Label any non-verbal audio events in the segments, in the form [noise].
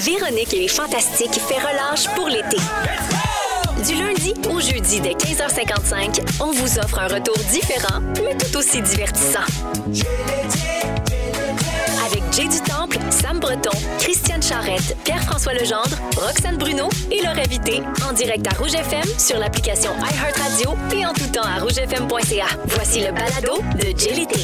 Véronique et les Fantastiques fait relâche pour l'été. Du lundi au jeudi dès 15h55, on vous offre un retour différent, mais tout aussi divertissant. Avec Jay du Temple, Sam Breton, Christiane Charrette, Pierre-François Legendre, Roxane Bruno et leur invité en direct à Rouge FM sur l'application iHeartRadio et en tout temps à rougefm.ca. Voici le balado de Jay l'été.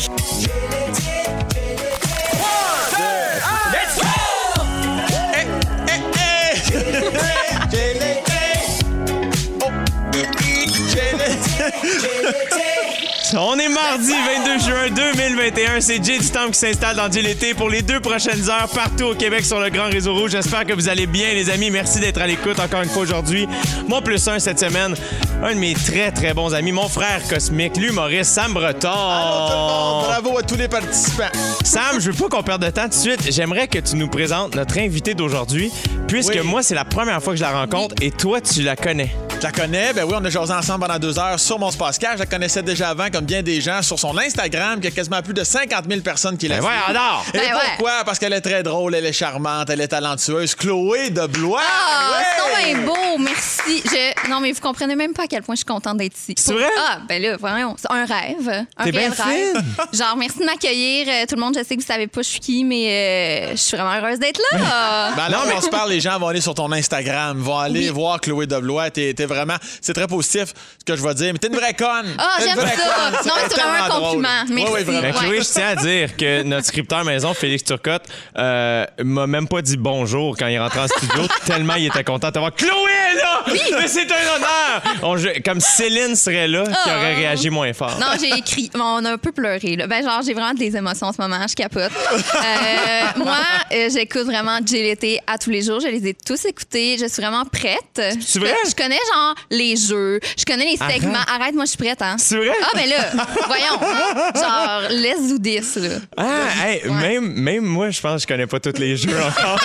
On est mardi 22 juin 2021. C'est Jay du Temple qui s'installe dans Dieu l'été pour les deux prochaines heures partout au Québec sur le Grand Réseau Rouge. J'espère que vous allez bien, les amis. Merci d'être à l'écoute encore une fois aujourd'hui. Mon plus un cette semaine, un de mes très très bons amis, mon frère cosmique, l'humoriste Sam Breton. Allô tout le monde, bravo à tous les participants. Sam, je veux pas qu'on perde de temps tout de suite. J'aimerais que tu nous présentes notre invité d'aujourd'hui, puisque Oui. moi, c'est la première fois que je la rencontre et toi, tu la connais. Je la connais, ben oui, on a jasé ensemble pendant deux heures sur mon Spascar. Je la connaissais déjà avant, comme bien des gens, sur son Instagram, qui a quasiment plus de 50 000 personnes qui la Ben suivent. ouais, alors! Et Ben ouais. pourquoi? Parce qu'elle est très drôle, elle est charmante, elle est talentueuse. Chloé de Blois. Ah, Ouais. c'est donc bien beau, merci. Je... Non, mais vous comprenez même pas à quel point je suis contente d'être ici. C'est vrai? Ah, ben là, voyons, c'est un rêve. Un T'es réel bien rêve. fine. Genre, merci de m'accueillir. Euh, Tout le monde, je sais que vous savez pas je suis qui, mais euh, je suis vraiment heureuse d'être [laughs] là. Ben alors, on se parle, les gens vont aller sur ton Instagram, vont aller voir Chloé de Blois. T'es t'es vraiment, c'est très positif ce que je vais dire, mais t'es une vraie conne. Ah, T'es une j'aime vraie ça. conne. Non, mais c'est vraiment un tellement compliment. drôle. Merci. Ouais, ouais, vraiment. Ben, Ouais. Chloé, je tiens à dire que notre scripteur maison, Félix Turcotte, euh, m'a même pas dit bonjour quand il est rentré en [laughs] studio, tellement il était content d'avoir Chloé est là! Mais c'est un honneur! On joue- comme Céline serait là, qui Ah. aurait réagi moins fort. Non, j'ai écrit. Bon, on a un peu pleuré. Là. Ben, genre, j'ai vraiment des émotions en ce moment. Je capote. [laughs] Euh, moi, euh, j'écoute vraiment JLT à tous les jours. Je les ai tous écoutés. Je suis vraiment prête. C'est vrai? Je, je connais, genre, les jeux. Je connais les Arrête. segments. Arrête, moi, je suis prête, hein? C'est vrai? Ah, ben là, voyons. Genre, let's do this, là. Ah, hey, Ouais. même, même moi, je pense que je connais pas tous les jeux encore.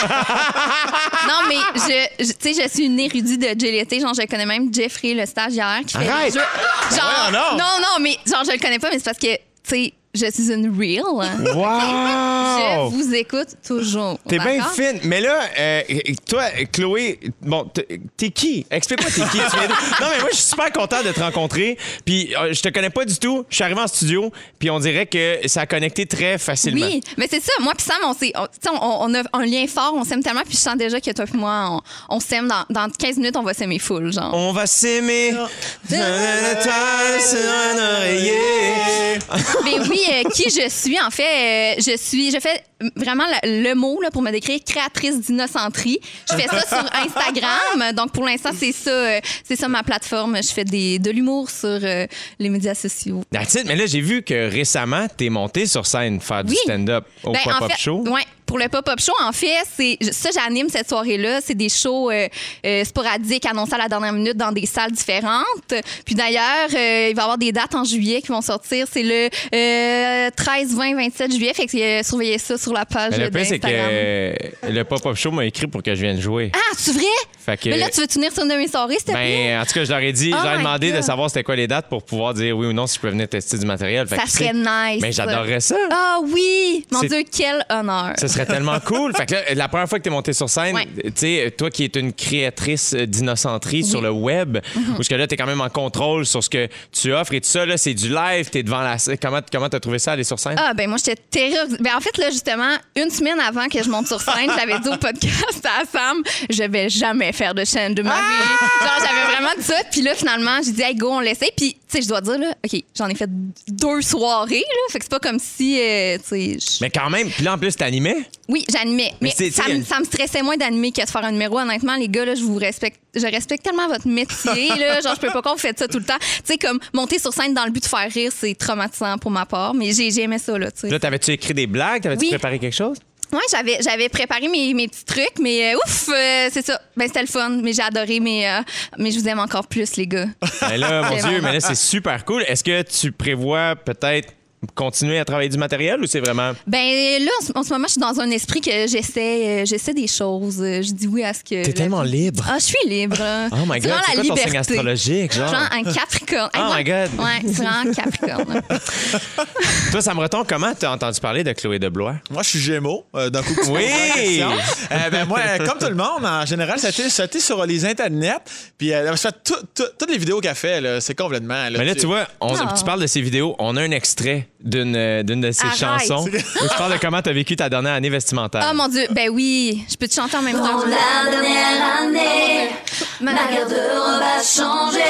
Non, mais je, je- tu sais, je suis une érudite de JLT. Genre, je connais même Jeffrey, le stagiaire, qui fait Arrête! les jeux. Genre, Ben voyons donc! non, non, mais genre, je le connais pas, mais c'est parce que, tu sais, je suis une real. Je Wow! vous écoute toujours. Oh. T'es bien d'accord? fine. Mais là, euh, toi, Chloé, bon, t- t'es qui? Explique-moi t'es qui. Tu viens d'où? non, mais moi, je suis super content de te rencontrer. Puis, euh, je te connais pas du tout. Je suis arrivé en studio, puis on dirait que ça a connecté très facilement. Oui, mais c'est ça. Moi puis Sam, on, s'est- on, tu sais, on- on a un lien fort, on s'aime tellement, puis je sens déjà que toi puis moi, on, on s'aime. Dans, dans 15 minutes, on va s'aimer full, genre. On va s'aimer. Nanana, sur un oreiller. Mais oui, euh, qui je suis, en fait, euh, je suis, je fais vraiment le, le mot là, pour me décrire créatrice d'innocenterie. Je fais ça sur Instagram. Donc, pour l'instant, c'est ça, euh, c'est ça ma plateforme. Je fais des, de l'humour sur euh, les médias sociaux. That's it. Mais là, j'ai vu que récemment, t'es monté sur scène faire du Oui. stand-up au Ben, en pop-up fait, show. ouais, pour le pop-up show, en fait, c'est ça, j'anime cette soirée-là. C'est des shows euh, euh, sporadiques annoncés à la dernière minute dans des salles différentes. Puis d'ailleurs, euh, il va y avoir des dates en juillet qui vont sortir. C'est le euh, 13, 20, 27 juillet. Fait que euh, surveillez ça sur la page Mais euh, le pire, c'est que d'Instagram. euh, le pop-up show m'a écrit pour que je vienne jouer. Ah, c'est vrai? Fait que- Mais là, tu veux tenir sur une de mes soirées, s'il te plaît? Ben, en tout cas, je leur ai dit, Oh je leur ai my demandé de God. savoir c'était quoi les dates pour pouvoir dire oui ou non si je pouvais venir tester du matériel. Fait Ça que, ben, tu sais, serait nice. Mais j'adorerais ça. Ah oui! Mon C'est- Dieu, quel honneur! Ce serait [laughs] tellement cool. Fait que là, la première fois que tu es montée sur scène, Ouais. tu sais, toi qui es une créatrice euh, d'innocenterie sur le web, Mm-hmm. parce que là, tu es quand même en contrôle sur ce que tu offres et tout ça, là, c'est du live, tu es devant la scène. Comment tu as trouvé ça, aller sur scène? Ah, ben moi, j'étais terrorisée. Ben, en fait, là, justement, une semaine avant que je monte sur scène, j'avais dit au podcast à Sam, je vais jamais faire de chaîne de ma vie. Genre, j'avais vraiment dit ça. Puis là, finalement, j'ai dit, hey, go, on l'essaie. Puis, tu sais, je dois dire, là, OK, j'en ai fait deux soirées, là. Fait que c'est pas comme si, euh, tu sais, je- Mais quand même, puis là, en plus, t'animais. oui, j'animais. Mais, c'est- ça, t'sais, me- ça me stressait moins d'animer que de faire un numéro. Honnêtement, les gars, là, je vous respecte. Je respecte tellement votre métier. [laughs] là. Genre, je peux pas qu'on vous faites ça tout le temps. Tu sais, comme monter sur scène dans le but de faire rire, c'est traumatisant pour ma part. Mais j'ai j'ai aimé ça, là, tu sais. Là, t'avais-tu écrit des blagues? T'avais-tu Oui. préparé quelque [laughs] chose? Ouais, j'avais, j'avais préparé mes, mes petits trucs, mais euh, ouf, euh, c'est ça. Ben, c'était le fun, mais j'ai adoré, mais, euh, mais je vous [laughs] aime encore plus, les gars. Mais Ben là, mon C'est Dieu, bon. mais là, c'est super cool. Est-ce que tu prévois peut-être continuer à travailler du matériel ou c'est vraiment. Ben là, en ce, en ce moment, je suis dans un esprit que j'essaie, euh, j'essaie des choses. Euh, Je dis oui à ce que. T'es tellement libre. Ah, je suis libre. là. Oh my God, C'est vraiment c'est quoi la ton signe liberté. astrologique, genre? Genre un Capricorne. Oh Hey, my non. God. Ouais, c'est vraiment Capricorne. Toi, ça me retombe comment t'as entendu parler de Chloé Deblois? Moi, je suis Gémeaux. euh, D'un coup, tu poses Oui! la question. Euh, ben, moi, euh, comme tout le monde, en général, ça a été- ça a été sur les internets. Puis, euh, elle se fait tout- tout- toutes les vidéos qu'elle fait, là, c'est complètement. Mais là, tu vois, on- Ah. tu parles de ces vidéos. On a un extrait d'une euh, d'une de ses Arrête. chansons. Où tu parles de comment t'as vécu ta dernière année vestimentaire. oh mon Dieu. Ben oui, je peux te chanter en même temps. La dernière année, Ma- ma garde-robe a changé.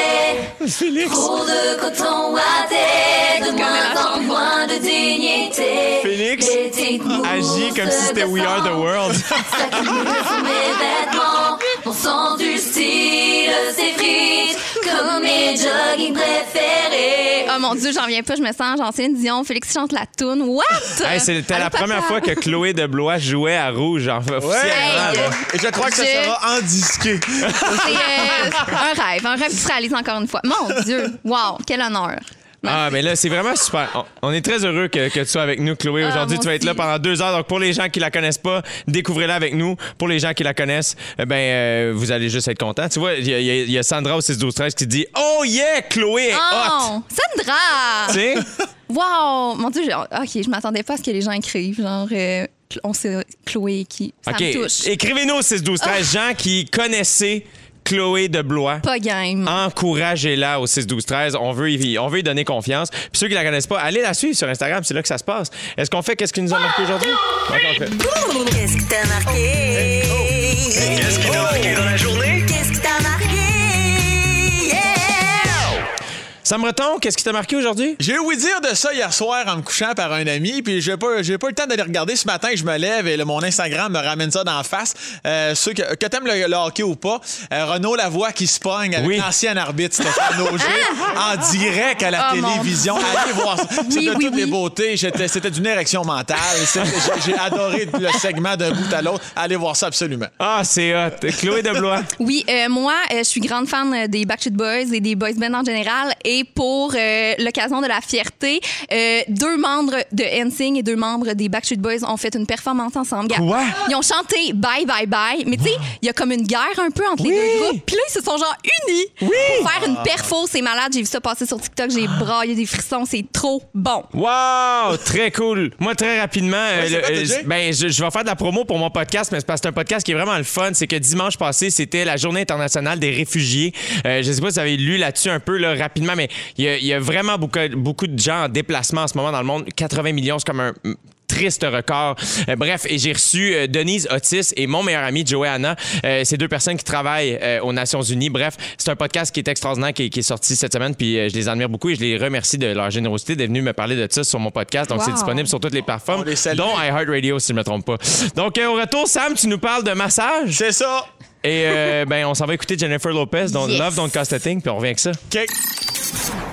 Félix! Trop de coton ouaté, de moins en Ah, moins de dignité. Félix Agis comme si c'était We Are the World. Sous mes vêtements, mon sens du style s'effrite comme mes jogging préférés. Oh mon Dieu, j'en viens pas, je me sens genre Céline Dion, Félix chante la toune. What? Hey, C'était Allô, la papa? première fois que Chloé Deblois jouait à rouge. Genre, Ouais, officiellement, Hey. là. Et je crois que ça Je- sera en disqué. C'est euh, un rêve, un rêve qui se réalise encore une fois. Mon Dieu, wow, quel honneur. Ah, mais là, c'est vraiment super. On, on est très heureux que, que tu sois avec nous, Chloé. Ah, Aujourd'hui, moi tu vas être là aussi. pendant deux heures. Donc, pour les gens qui la connaissent pas, découvrez-la avec nous. Pour les gens qui la connaissent, eh ben, euh, vous allez juste être contents. Tu vois, il y, a- il y a- il y a Sandra au 6 12 13 qui dit Oh yeah, Chloé est hot! Oh, Tu Sandra! sais? Wow! Mon Dieu, j'ai- oh, ok, je m'attendais pas à ce que les gens écrivent, genre, euh, on sait Chloé qui. [laughs] Ça OK. me touche. Oh! Écrivez-nous au 6 12 13 gens qui connaissaient Chloé de Blois. Pas game. encouragez-la au 6 12 13 on veut y, on veut y donner confiance puis ceux qui la connaissent pas allez la suivre sur Instagram c'est là que ça se passe est-ce qu'on fait qu'est-ce qui nous a marqué aujourd'hui Ah, Ok, on le fait. Qu'est-ce qui t'a marqué? Qu'est-ce qui t'a marqué dans la journée? Qu'est-ce qui t'a marqué? Yeah! Sam Breton qu'est-ce qui t'a marqué aujourd'hui J'ai ouï dire de ça hier soir en me couchant par un ami, puis j'ai pas, j'ai pas eu le temps d'aller regarder ce matin. Je me lève et le- mon Instagram me ramène ça d'en face. Euh, ceux que, que t'aimes le, le hockey ou pas, euh, Renaud Lavoie qui se pogne avec Oui. l'ancien arbitre Stéphane Auger [laughs] en direct à la Oh, mon télévision. Allez voir ça. C'était Oui, de oui, toutes oui. les beautés. J'étais- c'était d'une érection mentale. C'était- J'ai, j'ai adoré le segment d'un bout à l'autre. Allez voir ça absolument. ah c'est hot Chloé de [laughs] Blois Oui, euh, moi, euh, je suis grande fan euh, des Backstreet Boys et des boys band en général. Et pour euh, l'occasion de la fierté, euh, deux membres de NSYNC et deux membres des Backstreet Boys ont fait une performance ensemble. Gars, Quoi? Ils ont chanté Bye Bye Bye. Mais tu sais, il y a comme une guerre un peu entre les deux groupes. Puis là, ils se sont genre unis pour faire une perfo. C'est malade. J'ai vu ça passer sur TikTok. J'ai braillé des frissons. C'est trop bon. Wow, très cool. Moi, très rapidement, euh, c'est le- quoi, euh, DJ? ben, je, je vais faire de la promo pour mon podcast, mais c'est parce que c'est un podcast qui est vraiment le fun. C'est que dimanche passé, c'était la Journée internationale des réfugiés. Euh, je sais pas si vous avez lu là-dessus un peu là, rapidement, mais il y a, il y a vraiment beaucoup, beaucoup de gens en déplacement en ce moment dans le monde. 80 millions, c'est comme un mm, triste record. Euh, bref, et j'ai reçu euh, Denise Otis et mon meilleur ami Joanna. Euh, ces deux personnes qui travaillent euh, aux Nations Unies. Bref, c'est un podcast qui est extraordinaire, qui, qui est sorti cette semaine, puis euh, je les admire beaucoup et je les remercie de leur générosité d'être venus me parler de ça sur mon podcast. Donc, Wow. c'est disponible sur toutes les plateformes, On les salue. dont iHeartRadio, si je ne me trompe pas. Donc, euh, au retour, Sam, tu nous parles de massage. C'est ça. Et euh, ben, on s'en va écouter Jennifer Lopez, dans Yes. Love, Don't Cost a Thing, puis on revient avec ça. OK.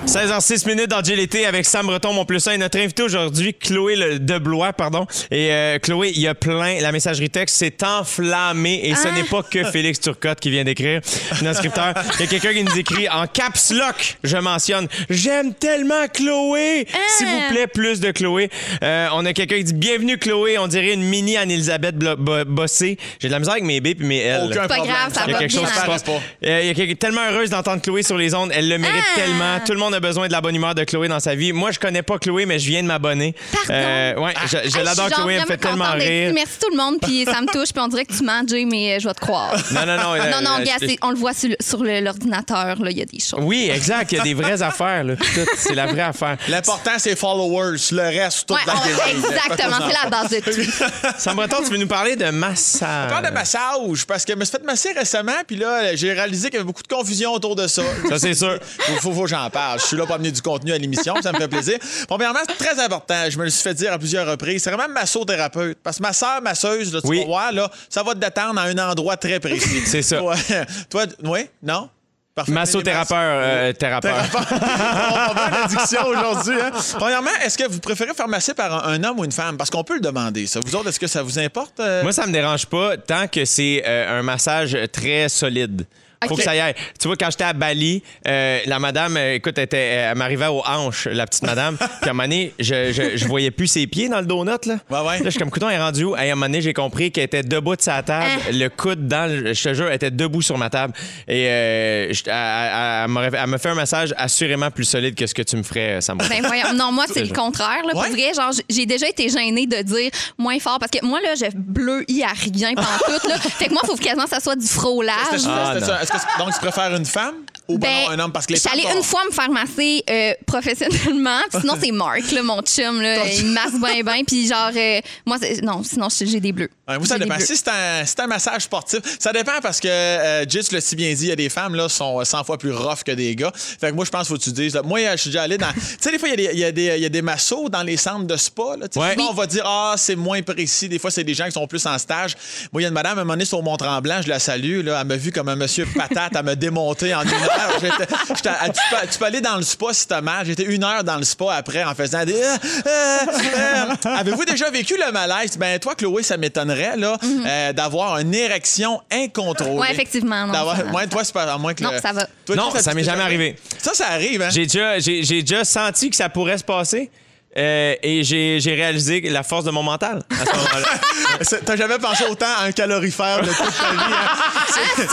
16h06 minutes dans GLT avec Sam Breton, mon plus un, et notre invité aujourd'hui, Chloé le Deblois, pardon. Et euh, Chloé, il y a plein, la messagerie texte s'est enflammée et ce n'est pas que Félix Turcotte qui vient d'écrire, notre scripteur. Il y a quelqu'un qui nous écrit en caps lock, je mentionne, j'aime tellement Chloé, s'il vous plaît, plus de Chloé. Euh, on a quelqu'un qui dit, bienvenue Chloé, on dirait une mini Anne-Elisabeth Blo- Bo- Bossé. J'ai de la misère avec mes B puis mes L. Aucun Pas problème. grave, ça Il y a va quelque bien chose qui se aller. passe. pas. Euh, Il y a quelqu'un tellement heureuse d'entendre Chloé sur les ondes. Elle le mérite Ah! tellement. Tout le monde a besoin de la bonne humeur de Chloé dans sa vie. Moi, je connais pas Chloé, mais je viens de m'abonner. Pardon? Euh, Ah, ouais, je, je Hey, l'adore, suis genre Chloé. Elle me fait vraiment tellement contente d'être ici. rire. Merci tout le monde, puis ça me touche, puis on dirait que tu mens, Jay, mais euh, je vais te croire. Non, non, non. euh, Non, non, euh, gars, je- c'est- on le voit sur, le- sur le- l'ordinateur, là, il y a des choses. Oui, exact. Il y a des vraies [laughs] affaires. là. Tout, C'est la vraie affaire. L'important, c'est followers. Le reste, tout Ouais, dans on- le exactement, c'est la [laughs] base de tout. Sam Breton, tu veux nous parler de massage. parle de massage parce que je me suis fait masser récemment, puis là, j'ai réalisé qu'il y avait beaucoup de confusion autour de ça. Ça, c'est sûr. Faut, faut, faut que j'en parle. Je suis là pour amener du contenu à l'émission, puis ça me fait plaisir. Premièrement, c'est très important. Je me le suis fait dire à plusieurs reprises. C'est vraiment massothérapeute. Parce que ma soeur, masseuse, là, tu Oui. vas voir, là, ça va te détendre à un endroit très précis. C'est ça. Toi, toi, oui? Non? Parfait. Massothérapeute. euh, thérapeute. On va faire l'addiction aujourd'hui. hein. Premièrement, est-ce que vous préférez faire masser par un, un homme ou une femme? Parce qu'on peut le demander, ça. Vous autres, est-ce que ça vous importe? euh? Moi, ça me dérange pas tant que c'est euh, un massage très solide. Faut que ça y aille. Tu vois, quand j'étais à Bali, euh, la madame, euh, écoute, elle, était- elle m'arrivait aux hanches, la petite [laughs] madame. Puis à un moment donné, je, je, je voyais plus ses pieds dans le donut. Là, Ouais, ouais. Là, je suis comme, couteau, elle est rendue où? Et à un moment donné, j'ai compris qu'elle était debout de sa table, Hein? le coude dans le. Je te jure, elle était debout sur ma table. Et euh, je- elle- elle, elle m'aurait- elle me fait un message assurément plus solide que ce que tu me ferais, euh, Sam. Ben voyons. Non, moi, c'est le contraire. Là, Ouais? Pour vrai, genre, j- j'ai déjà été gênée de dire moins fort parce que moi, là, je bleuis à rien pendant tout. Là. Fait que moi, il faut quasiment que ça soit du frôlage. C'était- Ah, c'était ça. Est-ce que- donc, tu préfères une femme ou ben non, un homme? Parce que les je suis allée femmes, une bon, fois me faire masser euh, professionnellement. Puis sinon, c'est Mark, là, mon chum. Là, il me masse bien, bien. Puis genre, euh, moi, c'est- non, sinon, j'ai j'ai des bleus. Ouais, vous, ça J'ai des dépend. bleus. Si c'est un, c'est un massage sportif, ça dépend parce que, euh, Jay, tu l'as si bien dit, il y a des femmes là sont 100 fois plus rough que des gars. Fait que moi, je pense qu'il faut que tu dises. là, moi, euh, je suis déjà allé dans. tu sais, des fois, il y, a des- il y a des- il y a des massos dans les centres de spa. Là, Tu sais, Ouais. souvent, Oui. on va dire, ah, c'est moins précis. Des fois, c'est des gens qui sont plus en stage. Moi, il y a une madame, à un moment donné, sur Mont-Tremblant, je la salue. Là, elle m'a vu comme un monsieur patate, elle m'a démonté en une heure. J'étais- j'étais- elle, tu, peux, tu peux aller dans le spa si t'as mal. J'étais une heure dans le spa après en faisant des. Ah, ah, ah. Avez-vous déjà vécu le malaise? Ben, toi, Chloé, ça m'étonnerait là euh, d'avoir une érection incontrôlée. Mm-hmm. Ouais, effectivement, non, D'avoir- ça va. ouais, toi, c'est pas à moins que Non, le- ça va. Toi, Non, tu- ça m'est t'es jamais arrivé. Ça, ça arrive, hein? J'ai déjà, j'ai, j'ai déjà senti que ça pourrait se passer. euh, et j'ai, j'ai réalisé la force de mon mental à ce moment-là. C'est- [laughs] T'as jamais pensé autant à un calorifère de toute ta vie, hein? Ah, c'est un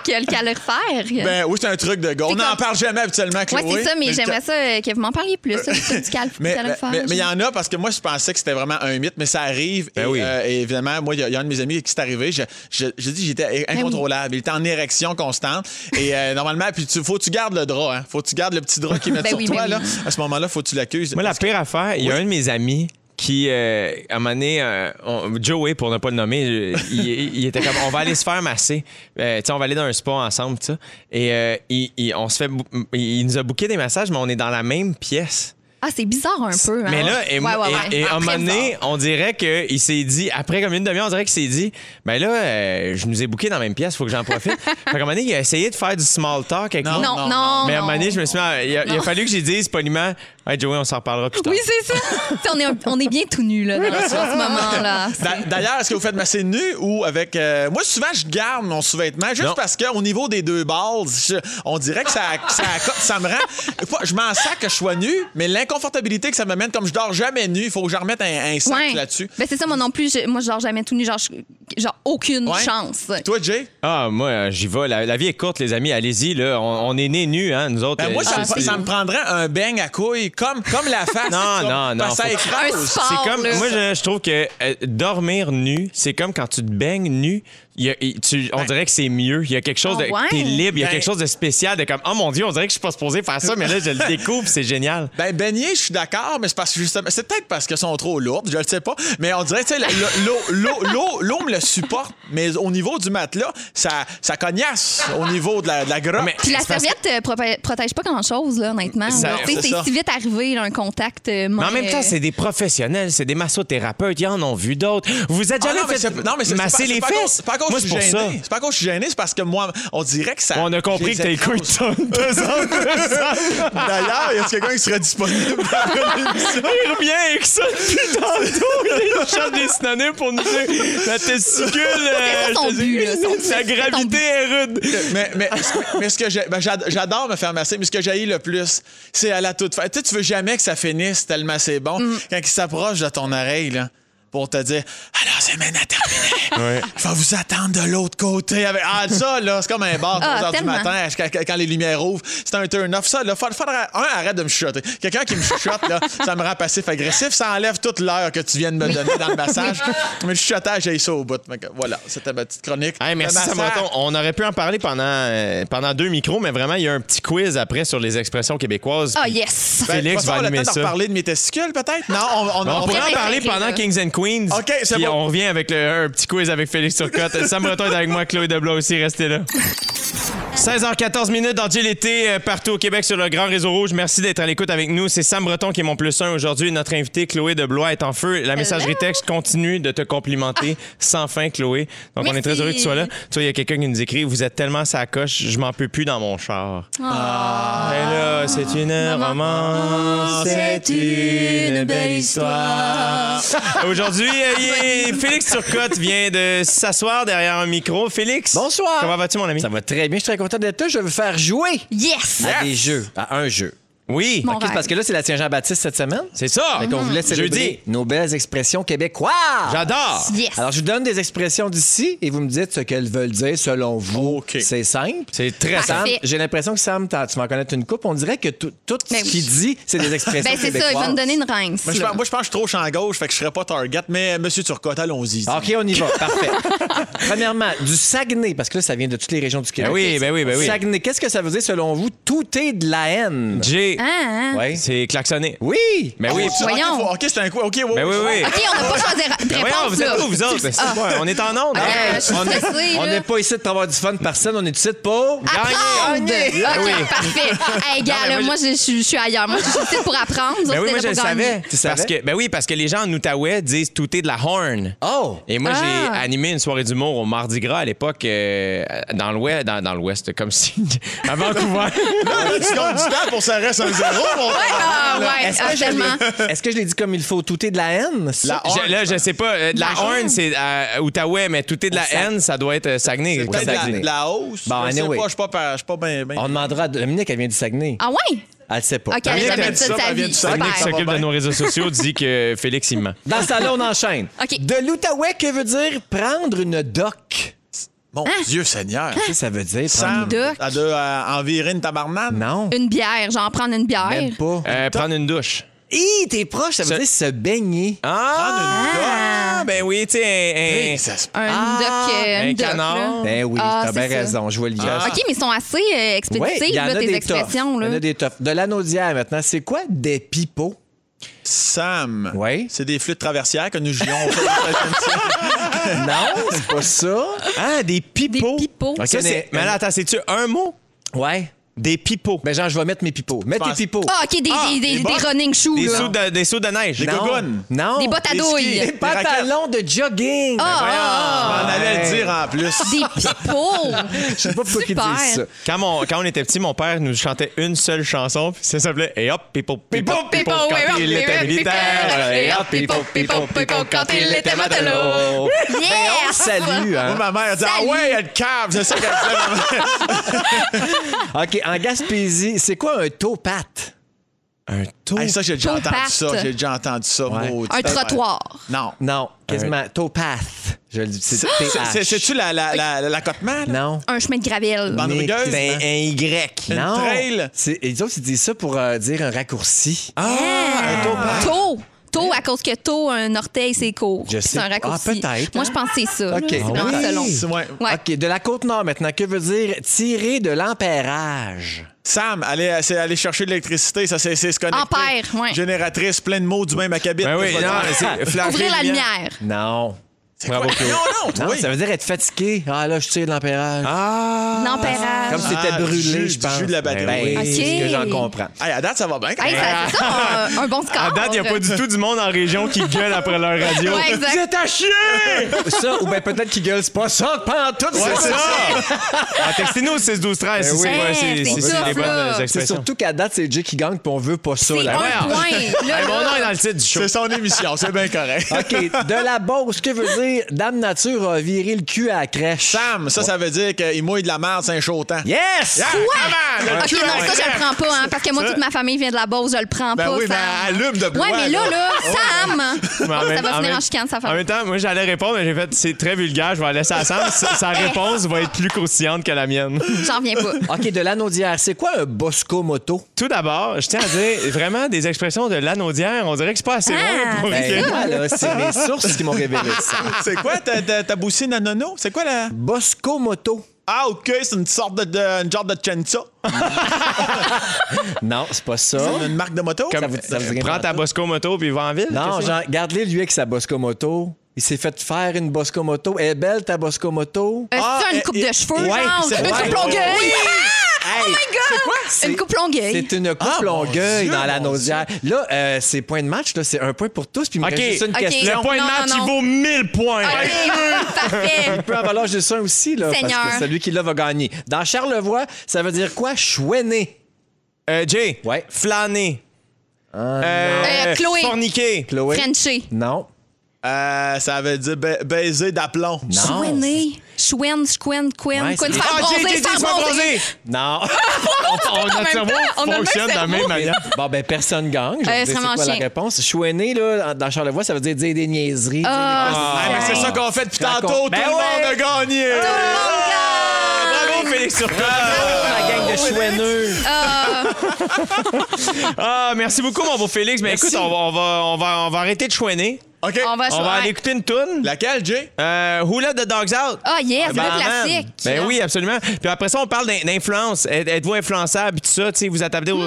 truc, le calorifère. Ben oui, c'est un truc de gars. On Hein? C'est n'en comme- parle jamais habituellement, ouais, Chloé. c'est ça, mais, le j'aimerais ca- ça euh, que vous m'en parliez plus, ça, du truc du cal- Mais mais- calorifère. mais- mais il y en a parce que moi, je pensais que c'était vraiment un mythe, mais ça arrive. Ben et, oui. euh, et évidemment, moi, il y, a- il y a un de mes amis qui s'est arrivé. Je, je, je dis, Ben j'étais incontrôlable. Il était en érection constante. Et euh, [laughs] normalement, puis tu, faut que tu gardes le drap. Hein. Faut que tu gardes le petit drap qu'il met Ben sur oui, ben toi. oui. là. À ce moment-là, faut que tu l'accuses. Moi, la Parce pire affaire, il y a Oui. un de mes amis qui, euh, à un moment donné, euh, on- Joey, pour ne pas le nommer, euh, il, il était comme, on va aller se faire masser. Euh, tu sais, on va aller dans un spa ensemble, tu sais. Et euh, il, il- on se fait, bou- il nous a booké des massages, mais on est dans la même pièce. Ah, c'est bizarre un peu. hein. Mais là, et, Ouais, ouais, ouais. et- et à un moment Après, donné, on dirait qu'il s'est dit, après comme une demi-heure, on dirait qu'il s'est dit, ben là, euh, je nous ai bouqué dans la même pièce, faut que j'en [laughs] profite. fait qu'à un moment donné, il a essayé de faire du small talk avec Non. moi. Non, non, non, non. non. Mais à un moment donné, je me suis mis à- il, a, il a fallu que j'y dise poliment, hey Joey, on s'en reparlera plus tard. Oui, c'est ça. Tu sais, on, est un- on est bien tout nus là, dans en ce moment-là. que- D'a- D'ailleurs, est-ce que vous faites masser nu ou avec. euh, Moi, souvent, je garde mon sous-vêtement juste Non. parce qu'au niveau des deux balles, je- on dirait que ça, ça, ça me rend. pas- Je m'en sac que je sois nu, mais l'inconfortabilité que ça me mène, comme je dors jamais nu, il faut que je remette un, un sac Ouais. là-dessus. Ben, c'est ça, moi non plus. je- moi, je dors jamais tout nu. Genre, je- genre aucune Ouais. chance. Toi, Jay? Ah, moi, euh, j'y vais. La, la vie est courte, les amis. Allez-y, là. On, on est nés nus, hein, nous autres. Ben, moi, Euh, ça, me- c'est- ça me prendrait un beigne à couilles, comme, comme la face. Non, Comme- non, non, parce que ça faut- Un écrase. sport. C'est comme, là. moi, je, je trouve que euh, dormir nu, c'est comme quand tu te baignes nu. il y a- il- tu- on dirait que c'est mieux. Il y a quelque chose de. Ah ouais? T'es libre, il y a Ben- quelque chose de spécial, de comme, oh mon Dieu, on dirait que je suis pas supposé faire ça, mais là, [laughs] je le découvre, c'est génial. Ben, baigner, je suis d'accord, mais c'est parce que justement, c'est peut-être parce qu'elles sont trop lourdes, je le sais pas, mais on dirait, tu sais, la- le- l'eau, l'eau, l'eau, l'eau me le supporte, mais au niveau du matelas, ça, ça cognasse au niveau de la, de la grotte. Mais- Puis la c'est parce que- serviette euh, propa- protège pas grand-chose, là, honnêtement. Ça- Genre, tu sais, c'est ça. c'est si vite arrivé, là, un contact. Mais euh, main, en même euh, temps, c'est des professionnels, c'est des massothérapeutes, ils en ont vu d'autres. Vous êtes Ah jamais non, mais fait c'est- non, mais c'est- masser c'est les pas- c'est pas à cause- fesses. C'est pas à cause moi, que je c'est suis pour ça. gêné. C'est pas à cause que je suis gêné, c'est parce que moi, on dirait que ça. On a compris je que les t'as écrase. écouté pesant [laughs] [laughs] D'ailleurs, est-ce quelqu'un qui serait disponible [laughs] pour une émission? Il revient avec ça depuis [laughs] tantôt. Il cherche des synonymes pour nous dire la testicule. euh, C'est ça son je te but, dis, là, son- la c'est son gravité but. est rude. mais, mais, mais ce que j'ai- ben, j'ad- j'adore me faire masser, mais ce que j'haïs le plus, c'est à la toute fin. Tu sais, tu veux jamais que ça finisse tellement c'est bon. Mm. Quand il s'approche de ton oreille, là, pour te dire Alors, c'est maintenant terminé. Va vous attendre de l'autre côté. Avec... Ah, ça, là, c'est comme un bar Ah, 3 h du tellement. matin jusqu'à- quand, les lumières ouvrent. C'est un turn-off. Ça, là, faudrait, faudrait- un, arrête de me chuchoter. Quelqu'un qui me chuchote, là, ça me rend passif-agressif. Ça enlève toute l'heure que tu viens de me donner dans le [laughs] massage. mais le chuchotage, j'ai ça au bout. Fait que Voilà, c'était ma petite chronique. Hey, merci, Le massage. Samantha. On aurait pu en parler pendant, euh, pendant deux micros, mais vraiment, il y a un petit quiz après sur les expressions québécoises. Ah, yes! Ben, Félix de toute façon, va On a animer le temps de ça. reparler de mes testicules, peut-être? Non, on, on, Mais on, on- pourrait en Québec, parler Québec, pendant là. Kings and Queens. OK, c'est Puis bon. on revient avec le- un petit quiz avec Félix [laughs] Turcotte. Sam Breton est avec moi, Chloé Deblais aussi. Restez là. 16h14 minutes dans Dieu l'été euh, partout au Québec sur le grand réseau rouge. Merci d'être à l'écoute avec nous. C'est Sam Breton qui est mon plus un aujourd'hui. Notre invité Chloé Deblois est en feu. La messagerie texte continue de te [laughs] complimenter sans fin, Chloé. Donc on est Merci. très heureux que tu sois là. Toi, il y a quelqu'un qui nous écrit Vous êtes tellement sacoche, je m'en peux plus dans mon char. Ah. Et là, c'est une romance. C'est une belle histoire. [laughs] Aujourd'hui, euh, il [laughs] est- Félix Turcotte vient de s'asseoir derrière un micro. Félix. Bonsoir. Comment vas-tu, mon ami? Ça va très bien, je suis très content d'être là. Je veux faire jouer Yes! à Ah! des jeux, à un jeu. Oui, Mon OK, rêve. c'est parce que là, c'est la Saint-Jean-Baptiste cette semaine. c'est ça. Fait qu'on voulait Ah. Jeudi. célébrer nos belles expressions québécoises. J'adore. Yes! Alors, je vous donne des expressions d'ici et vous me dites ce qu'elles veulent dire selon vous. OK. C'est simple. Oh, C'est très Parfait. Sam, j'ai l'impression que Sam, t'as- tu m'en connais une coupe. On dirait que tout, tout ce Mais oui. qu'il dit, [laughs] c'est des expressions ben, c'est ça, il québécoises. va me donner une rince. Moi, je là. pense- moi, je pense que je suis trop champ gauche, fait que je serais pas target, mais euh, Monsieur Turcotte, allons-y. Ah, OK, on y va. Parfait. [laughs] Premièrement, du Saguenay, parce que là, ça vient de toutes les régions du Québec. Ben oui, ben oui, ben oui. Saguenay, qu'est-ce que ça veut dire selon vous? Tout est de la haine. J. Hein, hein? Ouais. C'est klaxonner. Oui. Mais oui. Oh, tu- ok, Voyons. faut- OK, c'est un coup. OK, wow. Ben oui, [laughs] oui. OK, on n'a pas choisi de Ben Ah, réponse, voyons, vous là. êtes où, vous autres? Ouais, On est en onde. Ah, hein? je suis On est- stressée, On là. n'est pas ici pour avoir du fun personne, on est ici pour. Apprendre! Gagner. OK, Oui. [laughs] parfait. Hey, gars, mais là, moi, moi, je je suis ailleurs. Moi, je suis ici pour apprendre. vous Ben autres, oui, moi vous êtes je là le pour gagner. savais. Tu savais? Parce que, ben oui, parce que les gens en Outaouais disent tout est de la horn. Oh! Et moi, j'ai Ah. animé une soirée d'humour au Mardi Gras à l'époque, euh, dans l'Ouest, dans, dans l'Ouest, comme si. [laughs] à Vancouver. Là, tu gagnes du temps pour ça reste un zéro. mon- Ah, ouais, Est-ce ah, que, je tellement. l'ai- [laughs] est-ce que je l'ai dit comme il faut? Tout est de la haine? La Je- horn. là, je sais pas. euh, de la, La horn, horn. c'est à Outaouais, mais tout est de la Sac- haine, ça doit être euh, Saguenay. C'est Au Peut-être peut-être la, Saguenay. Ben, la hausse. Bon, je sais anyway. pas, je suis pas, par- je suis pas bien. On demandera à Dominique, elle vient du Saguenay. Ah, ouais? Elle le sait pas. OK, elle Dominique, a elle jamais dit dit ça de ça, sa elle vient vie. de Saguenay, Dominique qui Super. ça- s'occupe va de bien. nos réseaux sociaux dit que Félix, il ment. Dans ce salon, on enchaîne. [laughs] OK. De l'Outaouais, que veut dire prendre une doc? Mon Dieu Seigneur. Qu'est-ce que ça veut dire? Sam, doc. à deux, à envirer une tabarnane. Non, Une bière, genre prendre une bière. même pas. Euh, prendre une douche. Hi, t'es proche, ça veut Se- dire se baigner. Ah, ben oui, tu sais, un- Hey, un, ça se- Un doc, euh, Ah! un une doc, canard. Ah. là. Ben oui, Ah, t'as c'est bien ça. raison, je vois le lien. OK, mais ils sont assez euh, Ah. Ouais, expéditifs, il y en là, a tes des toughs. expressions. Il y en Là. a des toughs. De l'anodière maintenant, Ah, c'est quoi des pipeaux? Sam. Oui. C'est des flûtes traversières que nous jouions. au fait, comme ça. Non, c'est pas ça. Ah, des pipeaux. Des pipeaux. Ça, c'est- Mais là, attends, c'est-tu un mot? Ouais. Des pipeaux. Ben genre, je vais mettre mes pipeaux. Mets tes penses- pipeaux. Ah, OK, des, Ah, des, des, des bottes. des running shoes. Des là. sauts de, des sauts de neige. Des Non. gogones. Non. Des bottes à des douilles. skis. Des Ah, pantalons de jogging. ah, On en allait Ouais. le dire en plus. ah, des pipeaux. [laughs] Je sais pas pourquoi ils Super. disent ça. Quand, mon- quand on était petit, mon père nous chantait une seule chanson, puis ça s'appelait Et hop, pipo, pipo, Pipo, pipo, pipo, quand oui, il oui, était oui, militaire. euh, pipo, Et oui, hop, pipo, pipo, pipo, quand il était matelot. Ben, on Yes! salue, hein. Moi, ma mère dit Ah Salut. ouais, elle cave. C'est ça qu'elle disait, ma mère. ben- OK, en Gaspésie, c'est quoi un topate? Un taux. Hey, ça, j'ai déjà Topate. entendu ça. J'ai déjà entendu ça. Ouais. maudit. Un trottoir. Non. Non, quasiment topate. Je le dis, c'est C'est- c'est- T-H. C'est-tu la, la, la, la, cotement? là? Non. Un chemin de gravelle. Bande Nick, rugueuse? c'est un- un Y. Une non. trail? C'est- Les autres, ils disent ça pour euh, dire un raccourci. Ah, Tôt. Tôt, à cause que tôt, un orteil, c'est court. hein? Je Puis C'est sais. un raccourci. Ah, peut-être. Moi, je pense que c'est ça. OK. là. C'est vraiment Ah oui. selon. C'est- ouais. Ouais. OK, de la Côte-Nord maintenant, que veut dire tirer de l'ampérage? Sam, aller, c'est aller chercher de l'électricité, ça c'est c'est se connecter. Ampère, ouais. Génératrice, plein de mots du même acabit. Ben que oui, je vais non, dire. c'est [laughs] Ouvrir la lumière. Non. Bravo, Claude. Non, non, Non, oui. ça veut dire être fatigué. Ah là, je tire de l'ampérage. Ah! L'empérage. Comme si c'était Ah, brûlé, du jus, je du pense. jus de la batterie. Ben, OK. C'est ce que j'en comprends. Hey, à date, ça va bien quand Hey, même. ça, c'est ça, euh, un, un bon score. À date, il n'y a pas du tout du monde en région qui gueule après leur radio. Ouais, exact. Vous êtes à chier! ça, ou bien peut-être qu'ils gueulent, c'est pas ça, pas en tout, C'est c'est ça! ça. Ah, Textez-nous au 6-12-13 si Ben oui. c'est- Hey, si- Eh, c'est si c'est tough, des là. bonnes C'est C'est expressions. surtout qu'à date, c'est Jay qui gagne, puis on veut pas ça. C'est là. un point. Là, Hey, Mon nom là. est dans le titre du show. C'est son émission, c'est bien correct. [laughs] OK, de la Beauce, que veut dire Dame Nature a viré le cul à la crèche? Sam, ça, ça veut dire qu'il mouille de la merde, c'est un chaud temps. Yes! Yeah, come on, le OK, cul en non, ça, je crèche. le prends pas, hein, parce que moi, toute ma famille vient de la Beauce, je le prends Ben pas. oui, mais Sam. allume de Ouais, bois, mais là, là. là, Sam! [laughs] Mais en Ça même- va en finir même- en chicane, ça En fait. même temps, moi, j'allais répondre, mais j'ai fait, c'est très vulgaire, je vais laisser à [laughs] Sam. Sa, sa réponse va être plus croustillante que la mienne. J'en reviens pas. Euh, OK, de l'anodière, c'est quoi un Bosco Moto? Tout d'abord, je tiens à dire, vraiment, des expressions de l'anodière, on dirait que c'est pas assez Ah, long pour Ben, que- moi, là, c'est [laughs] mes sources qui m'ont révélé ça. [laughs] C'est quoi ta, ta, ta boussine à nono? C'est quoi la. Bosco Moto. Ah, ok, c'est une sorte de. de- une genre de chenza. Ah. Non, c'est pas ça. C'est une marque de moto. Comme, Ça vous- ça vous dit prends rien ta partout? Bosco Moto puis va en ville. Non, qu'est-ce que genre, regarde-les, lui, avec sa Bosco Moto. Il s'est fait faire une Bosco Moto. Elle est belle, ta Bosco Moto. Euh, Ah, c'est ça, une et- coupe et- de cheveux, ouais, genre? c'est- Une ouais. coupe longueuil? Ah! oh my God! C'est quoi? C'est- Une coupe longueuil. C'est une coupe Ah, mon longueuil Dieu, dans mon la nausière. Là, euh, c'est point de match, là, c'est un point pour tous. Puis il me OK. reste juste une OK. question. Le point de Non, match, non, il non. vaut 1000 points. OK, euh, [laughs] parfait. peut avoir l'âge de ça aussi, là, parce Seigneur. que celui qui l'a va gagner. Dans Charlevoix, ça veut dire quoi? Chouener. Euh, Jay, Ouais. flâner. Euh, Chloé. Forniquer. Chloé? Frenchie. Non. Euh, ça veut dire ba- baiser d'aplomb. Chouiner. Chouine, chouine, Ouais, queen, c'est- queen, Ah, faire ok, ok, bronzer, ok, faire sois bronzer. bronzé. [laughs] Non. On- on- Notre cerveau temps, on a le même fonctionne de la même cerveau. manière. Bon, ben, personne gagne. Je vais Euh, vous dire vraiment c'est quoi la chien. réponse. Chouiner, là, en- dans Charlevoix, ça veut dire dire des niaiseries. dire Ah, mais c'est ça qu'on fait depuis Raconte. tantôt. Tout Ben le monde ouais. a gagné. Bravo, Félix Turcotte. des- La gang de chouineux. Euh. [laughs] Ah, merci beaucoup, mon beau Félix. Mais Merci. écoute, on va, on, va, on, va, on va arrêter de chouiner. OK. On On va va aller chouiner. écouter une toune. Laquelle, Jay? Euh, Who Let the Dogs Out? Ah, yes, Ben, le classique. Ben oui, absolument. Puis après ça, on parle d'in- d'influence. Êtes- Êtes-vous influençable? Puis tout ça, tu sais, vous attendez au.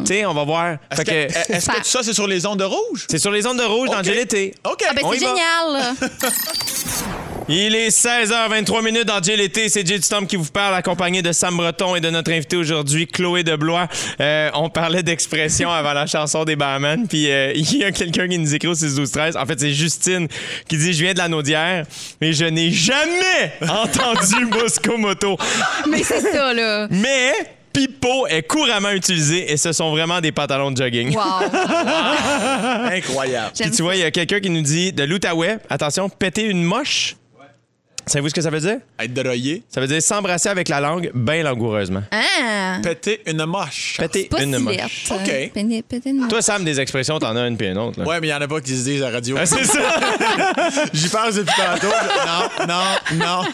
Tu sais, on va voir. Est-ce Fait que, que- est-ce que Ça- tout ça, c'est sur les ondes de rouge? c'est sur les ondes de rouge OK. Oh. dans l'été. OK. Ah, ben On y c'est va. génial. Il est 16h23 minutes dans Jay l'été. C'est Jay Dutombe qui vous parle, accompagné de Sam Breton et de notre invité aujourd'hui, Chloé Deblois. Euh, on parlait d'expression avant la chanson des Bahaman. Puis euh, il y a quelqu'un qui nous écrit au 6 12 13 En fait, c'est Justine qui dit Je viens de la Naudière, mais je n'ai jamais entendu Moscomoto. Mais c'est ça, là. Mais pipo est couramment utilisé et ce sont vraiment des pantalons de jogging. Wow. Incroyable. Puis J'aime tu vois, il y a quelqu'un qui nous dit de l'Outaouais, attention, péter une moche. Savez-vous ce que ça veut dire? Être drogué. Ça veut dire s'embrasser avec la langue bien langoureusement. Ah, Péter une moche. Péter pas une si moche. bête. OK. Péné- pété une- Toi, Sam, des expressions, t'en as une puis une autre. là. Ouais, mais il y en a pas qui se disent à la radio. Ah, C'est ça. J'y pense depuis tantôt. Non, non, non.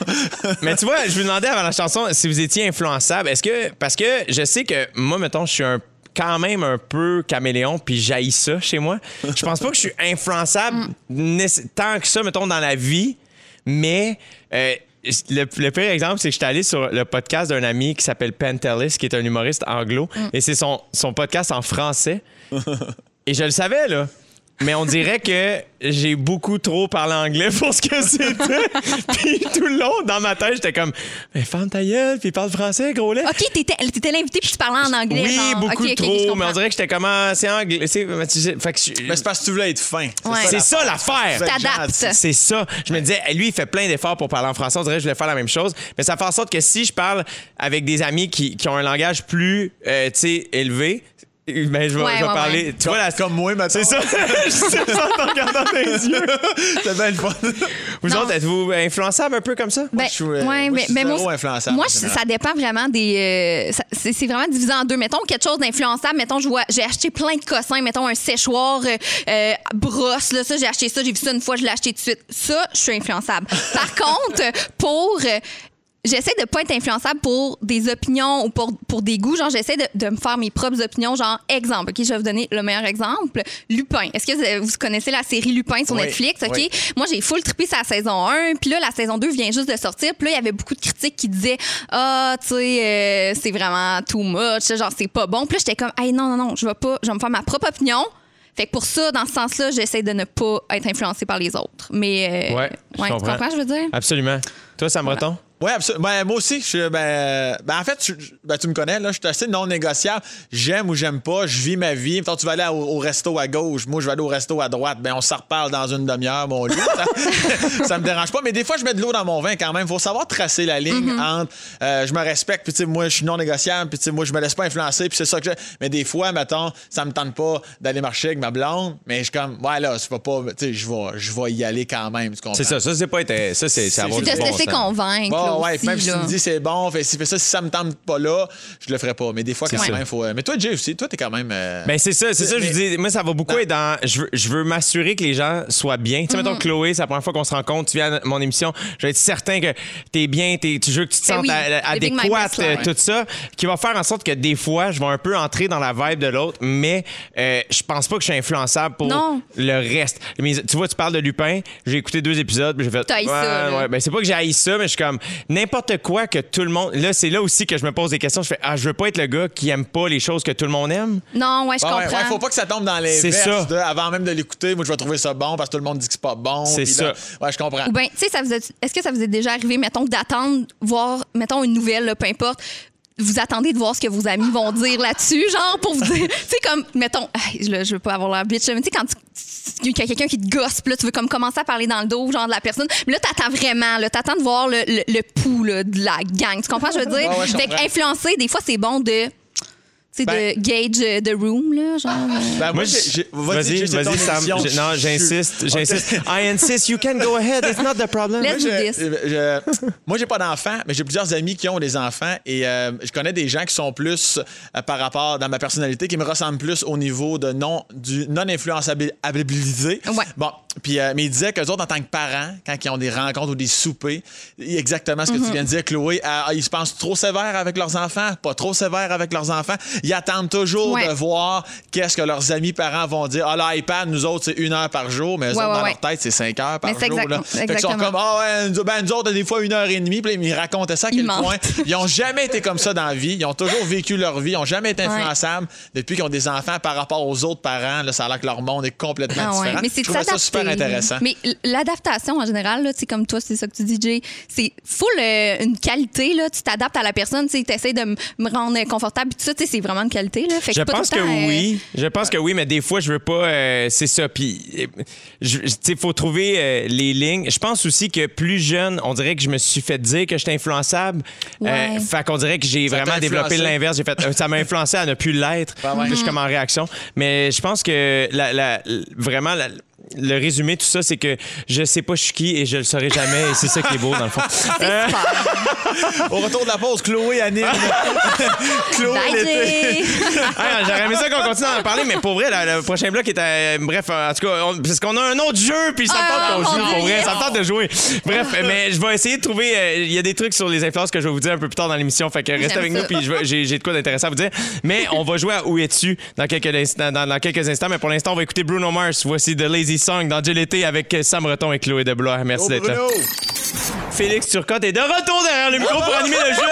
Mais tu vois, je vous demandais avant la chanson si vous étiez influençable. Est-ce que. Parce que je sais que moi, mettons, je suis un quand même un peu caméléon, puis j'haïs ça chez moi. Je pense pas que je suis influençable nécess- tant que ça, mettons, dans la vie, mais euh, le, le pire exemple, c'est que je suis allé sur le podcast d'un ami qui s'appelle Pentelis, qui est un humoriste anglo, et c'est son, son podcast en français. Et je le savais, là. Mais on dirait que j'ai beaucoup trop parlé anglais pour ce que c'était. [laughs] puis tout le long, dans ma tête, j'étais comme, mais ferme ta gueule, puis parle français, gros lait. OK, t'étais t'étais l'invité puis tu parlais en Ah, anglais. Oui, genre. beaucoup Ok, ok, trop, ok, je mais on comprends. dirait que j'étais comment. C'est anglais. C'est mais tu sais, fait que je- Mais c'est parce que tu voulais être fin. Ouais. c'est ça l'affaire. Tu t'adaptes. C'est ça. Je me disais, lui, il fait plein d'efforts pour parler en français. On dirait que je voulais faire la même chose. Mais ça fait en sorte que si je parle avec des amis qui, qui ont un langage plus euh, tu sais, élevé, ben, je vais, Ouais, je vais ouais, parler. ouais. Tu vois, la, [laughs] Comme moi, maintenant. [laughs] c'est ça. je sais ça en te regardant dans les yeux. C'est bien le fun. Vous Non. autres, êtes-vous influençable un peu comme ça? Ben, je suis, euh, moi, ouais, je mais- suis mais zéro moi, influençable, moi, en je- général. ça dépend vraiment des. euh, ça- c'est c'est vraiment divisé en deux. Mettons quelque chose d'influençable. Mettons, je vois- j'ai acheté plein de cossins. Mettons un séchoir, euh, euh, brosse. Là, ça, j'ai acheté ça. J'ai vu ça une fois. Je l'ai acheté tout de suite. Ça, je suis influençable. [laughs] Par contre, pour. euh, J'essaie de pas être influençable pour des opinions ou pour, pour des goûts. Genre, j'essaie de, de me faire mes propres opinions. Genre, exemple. OK, je vais vous donner le meilleur exemple. Lupin. Est-ce que vous- vous connaissez la série Lupin sur Oui, Netflix? OK? oui. Moi, j'ai full trippé sa saison 1, puis là, la saison 2 vient juste de sortir. Puis là, il y avait beaucoup de critiques qui disaient Ah, tu sais, euh, c'est vraiment too much, genre, c'est pas bon. Puis là, j'étais comme Hey, non, non, non, je vais pas, je vais me faire ma propre opinion. Fait que pour ça, dans ce sens-là, j'essaie de ne pas être influencée par les autres. Mais. euh, Ouais, je tu comprends. Ah, comprends, je veux dire? Absolument. Toi, Sam Breton? Oui, absolument. Ben, moi aussi, je suis. Ben, ben, en fait, je- je- ben, tu me connais, là, je suis assez non négociable. J'aime ou j'aime pas, je vis ma vie. Mettons, tu vas aller au, au resto à gauche, moi, je vais aller au resto à droite. Ben, on s'en reparle dans une demi-heure, mon loup. Ça, [laughs] ça me dérange pas. Mais des fois, je mets de l'eau dans mon vin quand même. faut savoir tracer la ligne entre euh, je me respecte, puis tu sais, moi, je suis non négociable, puis tu sais, moi, je me laisse pas influencer, puis c'est ça que je. Mais des fois, mettons, ça me tente pas d'aller marcher avec ma blonde, mais je suis comme, ouais, là, tu vas pas. Tu sais, je vais, je vais y aller quand même. Tu comprends? C'est ça. Ça, c'est pas été. Ça, c'est c'est avoir Puis du de se bon laisser sens. convaincre. Bon, là, ouais, aussi, même si tu là. me dis c'est bon, fait, si, fait ça, si ça me tente pas là, je le ferai pas. Mais des fois, quand C'est même, faut. euh, Mais toi, Jay aussi, toi, t'es quand même. euh, Ben c'est ça, c'est ça, je Mais- vous dis. Moi, ça va beaucoup être dans. Je veux, je veux m'assurer que les gens soient bien. Tu sais, Mhm. mettons, Chloé, c'est la première fois qu'on se rencontre, tu viens à mon émission, je vais être certain que t'es bien, t'es- tu veux que tu te Ben sentes oui, a- a- le Big Mac adéquate, Wrestler, euh, ouais. tout ça, qui va faire en sorte que des fois, je vais un peu entrer dans la vibe de l'autre, mais euh, je pense pas que je suis influençable pour Non. le reste. Mais tu vois, tu parles de Lupin, j'ai écouté deux épisodes, puis j'ai fait. T'as haï ça, ouais, là. ouais. Ben, c'est pas que j'ai ça, mais je suis comme n'importe quoi que tout le monde. Là, c'est là aussi que je me pose des questions. Je fais, ah, je veux pas être le gars qui aime pas les choses que tout le monde aime. Non, ouais, je ouais, comprends. ouais, faut pas que ça tombe dans les C'est ça. de, avant même de l'écouter. Moi, je vais trouver ça bon parce que tout le monde dit que c'est pas bon. C'est puis là- ouais, je comprends. Ou ben, bien, tu sais, ça vous est- est-ce que ça vous est déjà arrivé, mettons, d'attendre, voir, mettons, une nouvelle, là, peu importe, vous attendez de voir ce que vos amis vont dire là-dessus, genre, pour vous dire, tu sais, comme, mettons, Hey, là, je veux pas avoir l'air bitch, mais tu sais, quand tu- tu- il y a quelqu'un qui te gosse, puis là, tu veux comme commencer à parler dans le dos, genre, de la personne, mais là, t'attends vraiment, là, t'attends de voir le, le, le pouls, là, de la gang, tu comprends, je veux dire? Ouais, ouais, je fait comprends. qu'influencer, des fois, c'est bon de... Tu sais, Ben- de gauge euh, the room, là, genre. euh, Ben, moi, Moi, j'ai- j'ai- Vas-y, j'ai- j'ai ton vas-y, Sam. émission. J'ai- Non, Je- j'insiste, Ok. j'insiste. I insist, you can go ahead, it's not the problem. Let's do Moi, this. je- euh, je- [laughs] moi, j'ai pas d'enfants, mais j'ai plusieurs amis qui ont des enfants et euh, je connais des gens qui sont plus euh, par rapport dans ma personnalité, qui me ressemblent plus au niveau de non du non influençabilité. Ouais. Bon, puis euh, mais ils disaient que autres en tant que parents, quand ils ont des rencontres ou des soupers, exactement ce que Mm-hmm. tu viens de dire, Chloé, à- à- ils se pensent trop sévères avec leurs enfants, pas trop sévères avec leurs enfants. Ils attendent toujours Ouais. de voir qu'est-ce que leurs amis parents vont dire. Ah l'iPad, nous autres c'est une heure par jour, mais eux Ouais, autres, ouais, dans ouais. leur tête c'est cinq heures par Mais c'est jour. exact- là. Fait qu'ils sont exactement. comme, ah ouais, nous, ben, nous autres, des fois, une heure et demie. Puis ils racontaient ça à Ils quel mentent. point. Ils ont jamais été comme ça dans la vie. Ils ont toujours [laughs] vécu leur vie. Ils ont jamais été influençables depuis qu'ils ont des enfants par rapport aux autres parents. Là, ça a l'air que leur monde est complètement Ah ouais. différent. Mais c'est Je trouvais ça s'adapter, super là. intéressant. Mais l- l'adaptation en général, là, tu sais, comme toi, c'est ça que tu dis, Jay, c'est full euh, une qualité. Là, tu t'adaptes à la personne, tu essaies de m- me rendre confortable. Puis tout ça, tu sais, c'est vraiment une qualité. Là. Fait que Je pas tout pense le que temps, euh, oui. Je pense que oui, mais des fois, je veux pas. euh, c'est ça. Puis, euh, je- je- tu sais, faut trouver euh, les lignes. Je pense aussi que plus jeune, on dirait que je me suis fait dire que j'étais influençable. Euh, Ouais. fait qu'on dirait que j'ai Ça t'a vraiment développé influencé. l'inverse. J'ai fait, [laughs] euh, ça m'a influencé à ne plus l'être. Puis Je suis Mhm. comme en réaction. Mais je pense que la- la- vraiment, la- le résumé de tout ça, c'est que je sais pas je suis qui et je le saurai jamais. et c'est ça qui est beau, dans le fond. Euh, Au retour de la pause, Chloé, [laughs] Anime. [laughs] Chloé, Bye, l'été. Jay. Ah, J'aurais aimé ça qu'on continue à en parler, mais pour vrai, la- le, prochain bloc est à- Bref, en tout cas, on- parce qu'on a un autre jeu, puis ça me Ah, tente qu'on mon joue, pour Dieu, vrai. yes. Ça me tente de jouer. [laughs] Bref, mais je vais essayer de trouver... euh, Il y a des trucs sur les influences que je vais vous dire un peu plus tard dans l'émission, fait que restez J'aime avec ça. nous, puis je vais- j'ai j'ai de quoi d'intéressant à vous dire. Mais on va jouer à Où es-tu dans quelques, instants- dans, dans quelques instants, mais pour l'instant, on va écouter Bruno Mars. Voici The Lazy Song dans Jill Été avec Sam Breton et Chloé Deblois. Merci Oh, d'être là. Bruno. Félix Turcotte est de retour derrière le micro pour animer le jeu!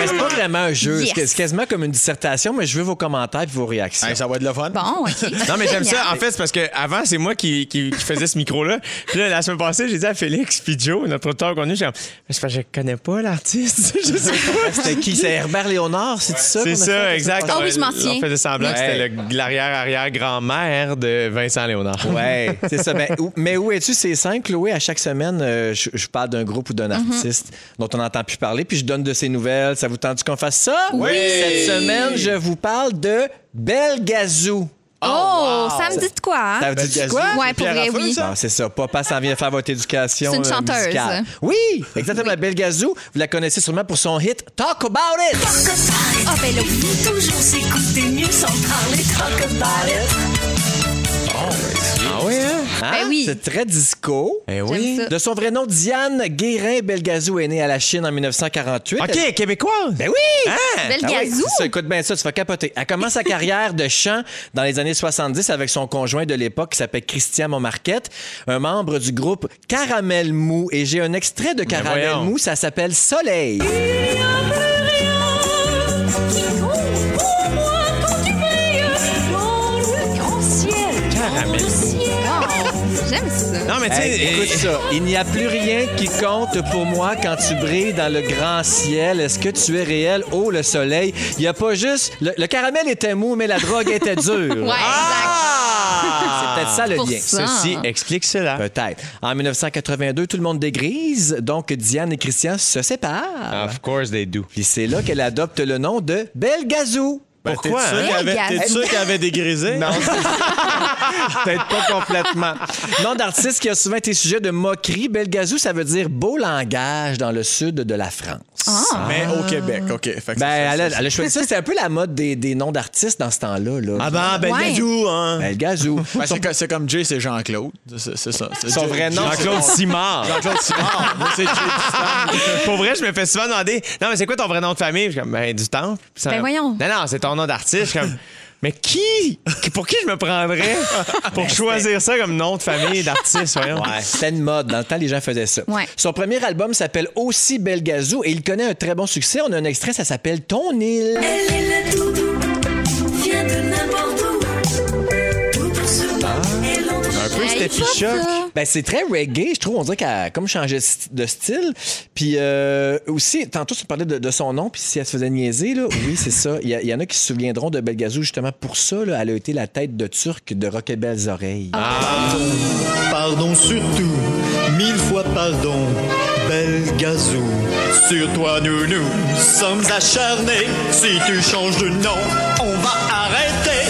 Mais C'est pas vraiment un jeu. Yes. C'est c'est quasiment comme une dissertation, mais je veux vos commentaires et vos réactions. Hey, ça va être le fun. Bon, OK. [laughs] Non, mais j'aime ça. Génial. En fait, c'est parce que avant, c'est moi qui, qui, qui faisais ce micro-là. Puis là, la semaine passée, j'ai dit à Félix puis Joe, notre auteur qu'on a, j'ai dit, Mais c'est parce que je connais pas l'artiste. [laughs] je sais pas. C'était qui? C'est Herbert Léonard, c'est ça? qu'on C'est a ça, fait? exact. Ah oui, je m'en On souviens. faisait semblant que c'était le- l'arrière-arrière-grand-mère de Vincent Léonard. Ouais, c'est ça. Ben, où- mais où es-tu? C'est simple, Chloé. À chaque semaine, euh, je, je parle d'un groupe ou d'un Mhm. artiste dont on n'entend plus parler, puis je donne de ses nouvelles. Ça vous tente qu'on fasse ça? Oui! Cette semaine, je vous parle de Belgazou. Ah, Oh, ça me dit de quoi? hein? Ça vous dit Belgazou. quoi? Ouais, pour Pierre vrai, Raffin, oui. ça? Non, c'est ça. Papa s'en vient faire votre éducation. C'est une euh, chanteuse. musicale. Oui, exactement. Belgazou, vous la connaissez sûrement pour son hit Talk About It. Ah, ben là, oui. Toujours s'écouter mieux sans parler, talk about it. Ah oui, hein? Hein? Ben oui. C'est très disco. Eh oui. J'aime ça. De son vrai nom, Diane Guérin Belgazou est née à la Chine en 1948. Elle- OK, québécoise. Ben oui! Belle Ah oui, gazou. c'est ça, écoute bien ça, tu vas capoter. Elle commence sa carrière de chant dans les années 70 avec son conjoint de l'époque qui s'appelle Christian Montmarquette, un membre du groupe Caramel Mou. Et j'ai un extrait de Caramel voyons. Mou, ça s'appelle Soleil. Wow, J'aime ça. Non, mais tu sais, Hey, écoute euh, ça. Il n'y a plus rien qui compte pour moi quand tu brilles dans le grand ciel. Est-ce que tu es réel? Oh, le soleil. Il n'y a pas juste. Le, le caramel était mou, mais la drogue était dure. Ouais, C'est peut-être ça le Pour lien. ça. ceci explique cela. Peut-être. En 1982, tout le monde dégrise. Donc, Diane et Christian se séparent. Of course they do. Ah, Puis c'est là qu'elle adopte le nom de Belgazou. Ben, Pourquoi? T'es sûr Hein? qu'il avait- Hey, t'es Gaz. sûr qu'il avait dégrisé? Non, [laughs] c'est- peut-être pas complètement. [laughs] Nom d'artiste qui a souvent été sujet de moquerie. Belgazou, ça veut dire beau langage dans le sud de la France. Mais au Québec, OK. Fait que Ah, c'est Ben, ça, elle a, c'est- elle a choisi ça. C'était un peu la mode des, des noms d'artistes dans ce temps-là. Là. Ah ben, ben, Ouais. Gadou, hein. [laughs] Belgazou. Ben, c'est co- c'est comme Jay, c'est Jean-Claude. C'est c'est ça. C'est Son Jay- vrai nom, Jean-Claude. Jean-Claude Simard. Ah, Jean-Claude Simard. Moi, c'est Jay Dustin. Pour vrai, je me fais souvent demander Non, mais c'est quoi ton vrai nom de famille Je suis comme Ben, du temple. Puis ça- Ben, voyons. Non, non, c'est ton nom d'artiste. Je suis comme Mais qui Pour qui je me prendrais [laughs] pour choisir ça comme nom de famille d'artiste Voyons. Ouais, c'était une mode. Dans le temps, les gens faisaient ça. Ouais. Son premier album s'appelle aussi Belgazou et il connaît un très bon succès. On a un extrait, ça s'appelle Ton île. Elle est le doudou, vient de n'importe où. Tout pour se battre, Ah, elle entre Un peu Hey, Steffi pas Choc. ça. Ben, c'est très reggae, je trouve. On dirait qu'elle a comme changé de st- de style. Puis euh, aussi, tantôt, tu parlais de, de son nom, puis si elle se faisait niaiser, là, oui, c'est ça. Il y, a- il y en a qui se souviendront de Belgazou justement pour ça. là. elle a été la tête de Turc de Rock et Belles Oreilles. Ah, Pardon surtout, mille fois pardon, belle gazou. Sur toi, nous nous sommes acharnés. Si tu changes de nom, on va arrêter.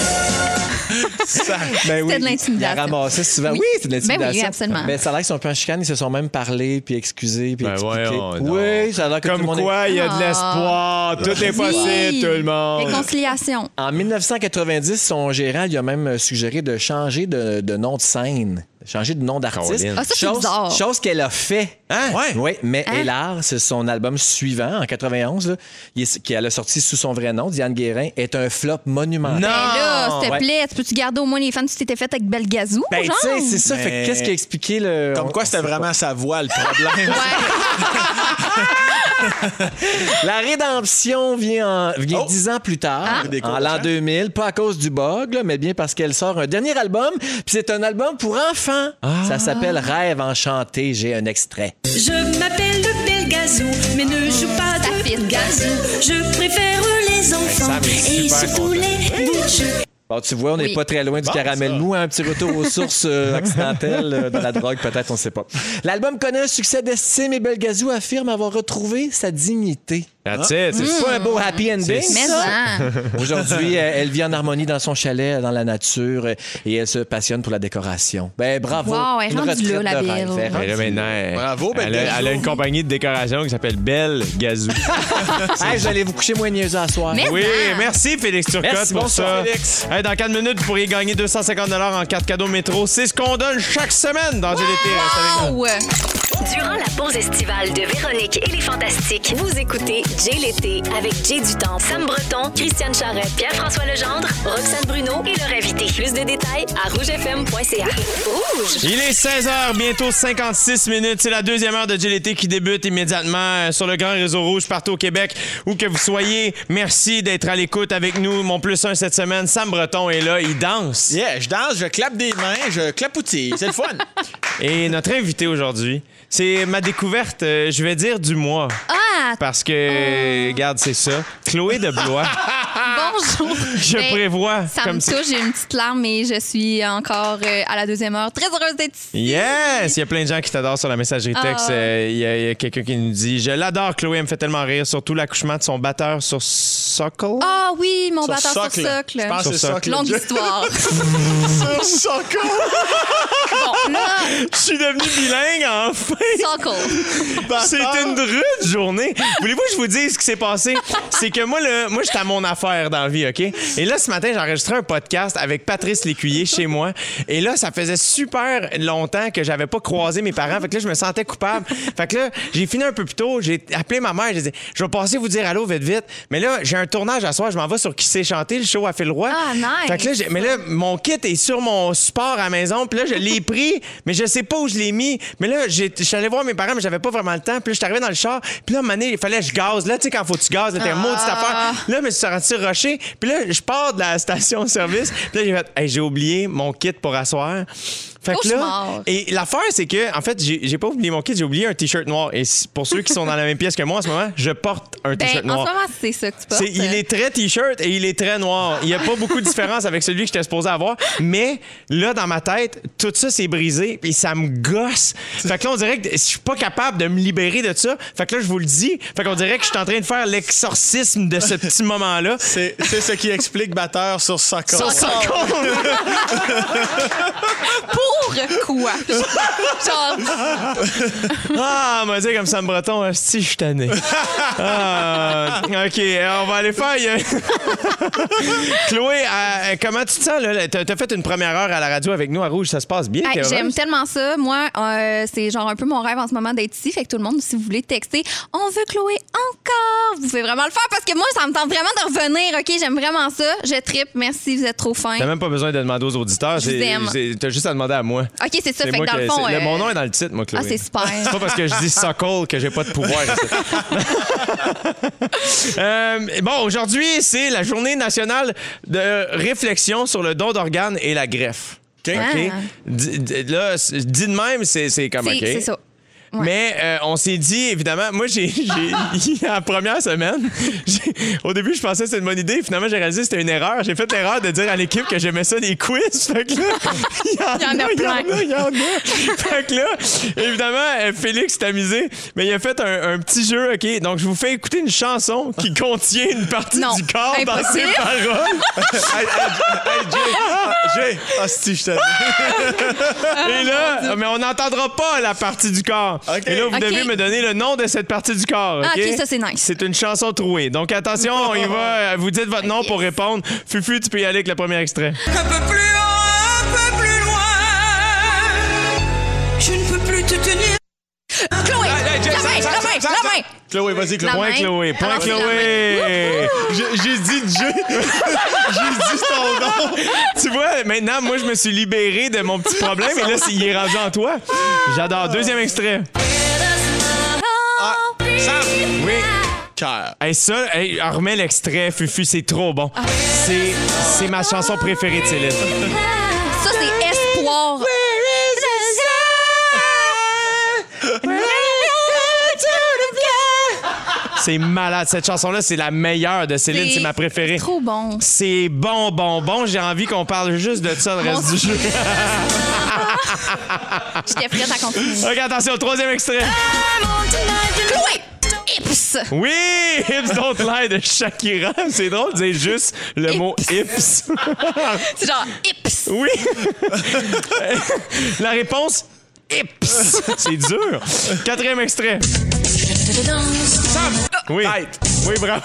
Ben oui, de l'intimidation. Il a ramassé souvent. Oui, Oui. c'est de l'intimidation. Ben oui, absolument. Ben, ça a l'air qu'ils sont un peu en chicane. Ils se sont même parlé, puis excusés, puis Ben expliqués. voyons, oui, non. ça a l'air Ah, que tout Comme le monde est- quoi, il y a de Ah. l'espoir. Tout est possible, Oui. tout le monde. Réconciliation. En 1990, son gérant lui a même euh, suggéré de changer de, de nom de scène, de changer de nom d'artiste. Colin. Ah, ça, c'est chose, bizarre. chose qu'elle a fait. Hein? Ouais. Oui, mais Hein? hélas, c'est son album suivant, en 91, là, il est- qu'elle a sorti sous son vrai nom, Diane Guérin, est un flop monumental. Ben là, s'il te Ouais. plaît, tu peux-tu garder au moins les fans que tu t'étais fait avec Belgazou, Ben, tu genre? sais, c'est ça. Fait Mais- que qu'est-ce qui a expliqué le. Comme on- quoi, on c'était sait pas. vraiment sa voix, le problème. La rédemption vient, en- vient Oh! dix ans plus tard, Ah. Des en coachs, l'an hein? 2000, pas à cause du bug, là, mais bien parce qu'elle sort un dernier album, puis c'est un album pour enfants. Ça s'appelle Rêve enchanté, j'ai un extrait. Je m'appelle Belgazou, mais ne joue pas Ça fit. de gazou. Je préfère les enfants et surtout les bouches. Bon, tu vois, on n'est Oui. pas très loin du caramel mou, hein, un petit retour aux sources euh, [laughs] accidentelles euh, de la drogue, peut-être, on ne sait pas. L'album connaît un succès d'estime et Belgazou affirme avoir retrouvé sa dignité. Hmm. That's it. Mmh. c'est C'est pas un beau happy ending. Mais ça? non. Aujourd'hui, euh, elle vit en harmonie dans son chalet, dans la nature, euh, et elle se passionne pour la décoration. Ben bravo. Wow, elle est Une rendue là, retraite la de Bill. rêve, hein. elle est Mais Ben là, Ben, rendue maintenant, elle- Bravo, Belle elle, a, Gazou. elle a une compagnie de décoration qui s'appelle Belle Gazou. là. Hey, vous allez vous coucher moins niaiseux à soir. Mais- Oui, Ah. merci Félix Turcotte Merci, pour bonsoir, ça. Félix. Hey, dans 4 minutes, vous pourriez gagner 250 en cartes cadeaux métro. C'est ce qu'on donne chaque semaine dans GDT. Restez avec nous. Wow! Durant la pause estivale de Véronique et les Fantastiques, vous écoutez Jay l'été avec Jay Dutemps, Sam Breton, Christiane Charrette, Pierre-François Legendre, Roxane Bruno et leur invité. Plus de détails à rougefm.ca. Rouge! Il est 16h, bientôt 56 minutes. C'est la deuxième heure de GLT qui débute immédiatement euh, sur le grand réseau rouge partout au Québec. Où que vous soyez, merci d'être à l'écoute avec nous. Mon plus 1 cette semaine, Sam Breton est là, il danse. Yeah, je danse, je clappe des mains, je clapoutille. C'est le fun. Et notre invité aujourd'hui, c'est ma découverte, euh, je vais dire du mois. Ah, Oh! Parce que, euh, regarde, c'est ça. Chloé de Blois, [laughs] bonjour! je Ben, prévois Ça comme me touche, j'ai une petite larme, mais je suis encore euh, à la deuxième heure. Très heureuse d'être ici. Yes! Il y a plein de gens qui t'adorent sur la messagerie texte. Ah. Euh, Il y a- il y a, quelqu'un qui nous dit Je l'adore, Chloé, elle me fait tellement rire, surtout l'accouchement de son batteur sur Sockle. Ah oui, mon Sur batteur socle. sur socle. Je pense que c'est Sur socle. Longue Dieu. [laughs] histoire. Sur socle. bon, là, Je suis devenu bilingue, enfin! socle. C'est une rude journée. Voulez-vous que je vous dise ce qui s'est passé? C'est que moi, là, moi, j'étais à mon affaire dans la vie, OK? Et là, ce matin, j'ai enregistré un podcast avec Patrice Lécuyer chez moi. Et là, ça faisait super longtemps que j'avais pas croisé mes parents. Fait que là, je me sentais coupable. Fait que là, j'ai fini un peu plus tôt. J'ai appelé ma mère. J'ai dit, je vais passer vous dire allô vite, vite. Mais là, j'ai un tournage à soir. Je m'en vais sur Qui s'est chanté, le show à Phil Roy. Ah, nice. Fait que là, j'ai- mais là, mon kit est sur mon support à la maison. Puis là, je [laughs] l'ai pris, mais je sais pas où je l'ai mis. Mais là, j'ai- je suis allé voir mes parents, mais j'avais pas vraiment le temps. Puis là, je suis arrivé dans le char. Puis là, à un moment donné, il fallait que je gaze. Là, tu sais, quand faut que tu gazes, là, t'es un maudit Ah. affaire. Là, je me suis sorti rocher. Puis là, je pars de la station-service. Puis là, j'ai fait, Hey, j'ai oublié mon kit pour asseoir. Fait que là, Cauchemar. et l'affaire, c'est que, en fait, j'ai j'ai pas oublié mon kit, j'ai oublié un t-shirt noir. Et si- pour ceux qui sont dans la même pièce que moi en ce moment, je porte un t-shirt Ben, en noir. ce moment, c'est ça que tu portes. C'est- il est très t-shirt et il est très noir. Il n'y a pas beaucoup de différence avec celui que j'étais supposé avoir. Mais là, dans ma tête, tout ça s'est brisé et ça me gosse. Fait que là, on dirait que je suis pas capable de me libérer de ça. Fait que là, je vous le dis. Fait qu'on dirait que je suis en train de faire l'exorcisme de ce petit moment-là. C'est c'est ce qui explique batteur sur socle. Sur son compte. Pour quoi? genre, Ah, on m'a dit comme Sam Breton, euh, si je suis tanné. Ah, OK, alors, on va aller faire. il y a- [laughs] Chloé, euh, comment tu te sens? là? T'as t'as fait une première heure à la radio avec nous à Rouge, ça se passe bien? hey, t'es j'aime heureuse? tellement ça. Moi, euh, c'est genre un peu mon rêve en ce moment d'être ici. Fait que tout le monde, si vous voulez texter, on veut Chloé encore. Vous pouvez vraiment le faire parce que moi, ça me tente vraiment de revenir. OK, j'aime vraiment ça. Je tripe. Merci, vous êtes trop fin. T'as même pas besoin de demander aux auditeurs. Je vous c'est- aime. c'est- T'as juste à demander à moi. OK, c'est ça. C'est Fait moi que dans que- le fond. c'est- le- euh, Mon nom est dans le titre, moi, Chloé. Ah, c'est super. [laughs] C'est pas parce que je dis Sokol que j'ai pas de [laughs] pouvoir. [laughs] Euh, bon, aujourd'hui, c'est la journée nationale de réflexion sur le don d'organes et la greffe. OK? Ah. D- d- Là, c- dit de même, c'est c'est comme C'est OK. c'est ça. Mais euh, on s'est dit, évidemment, moi, j'ai, [laughs] j'ai- la première semaine, j'ai- au début, je pensais que c'était une bonne idée. Finalement, j'ai réalisé que c'était une erreur. J'ai fait l'erreur de dire à l'équipe que j'aimais ça des quiz. Fait que là, il y en, en a il y en plein. a, il y en a. Fait que là, évidemment, euh, Félix s'est amusé, mais il a fait un, un petit jeu, OK? Donc, je vous fais écouter une chanson qui contient une partie Non, du corps dans ses impossible. paroles. hey, hey, hey, Jay. Ah, Jay. Hostie, je t'avais. Et là, mais on n'entendra pas la partie du corps. OK. Et là, vous OK. devez me donner le nom de cette partie du corps. Ah, OK, OK, ça, c'est nice. C'est une chanson trouée. Donc attention, on y [laughs] va. Vous dites votre nom pour répondre. Fufu, tu peux y aller avec le premier extrait. Un peu plus haut, un peu plus loin. Je ne peux plus te tenir. Chloé! hey, Jack, la main! Jack, Jack, La main! Jack, Jack. La main! Chloé, vas-y, Chloé. La Point main. Chloé. Alors, Point c'est la Chloé. [laughs] J'ai j'ai dit Jay. J'ai dit ton nom. tu vois, maintenant, moi, je me suis libéré de mon petit problème. Et là, c'est- il est rendu en toi. J'adore. Deuxième extrait. Ah, Sam. Oui. Cœur. Hey, ça, hey, on remet l'extrait, Fufu, c'est trop bon. Ah. C'est c'est ma chanson préférée de Céleste. Ça, c'est espoir. C'est malade. Cette chanson-là, c'est la meilleure de Céline. C'est ma préférée. Trop bon. C'est bon, bon, bon. J'ai envie qu'on parle juste de ça le reste du jeu. J'étais prête à continuer. OK, attention, troisième extrait. Chloé! Ips! Oui! Hips don't lie de Shakira. C'est drôle de dire juste le mot hips. C'est genre Ips! Oui! La réponse, hips. C'est dur. Quatrième extrait. Oui. Oui, bravo.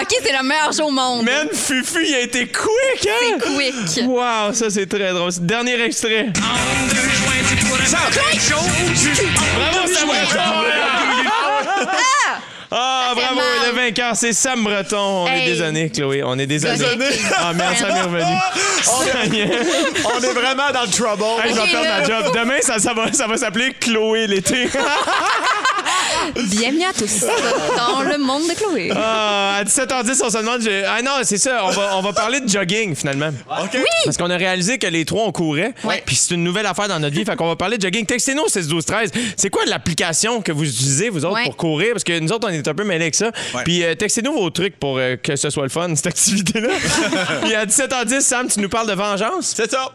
OK, c'est le meilleur jeu au monde. Man, Fufu, il a été quick, hein? Quick. Wow, ça c'est très drôle. Dernier extrait. Bravo, Sam Breton! Ah, fait bravo, mal. le vainqueur, c'est Sam Breton. On est Hey. désolé, Chloé, on est désolé. Désolé. Ah merde, Sam est revenu. Ça y est. Hey, On est vraiment dans le trouble. je vais Ok, perdre là. ma job. Demain, ça, ça va, ça va s'appeler Chloé l'été. [laughs] Bienvenue à tous dans le monde de Chloé. Ah, à 17h10, on se demande... je- Ah non, c'est ça, on va, on va parler de jogging, finalement. OK. Parce qu'on a réalisé que les trois, on courait. Ouais. Puis c'est une nouvelle affaire dans notre vie. Fait qu'on va parler de jogging. Textez-nous au 16 12 13 C'est quoi l'application que vous utilisez, vous autres, Ouais. pour courir? Parce que nous autres, on est un peu mêlés avec ça. Ouais. Puis euh, textez-nous vos trucs pour euh, que ce soit le fun, cette activité-là. Puis à 17h10, Sam, tu nous parles de vengeance. C'est ça.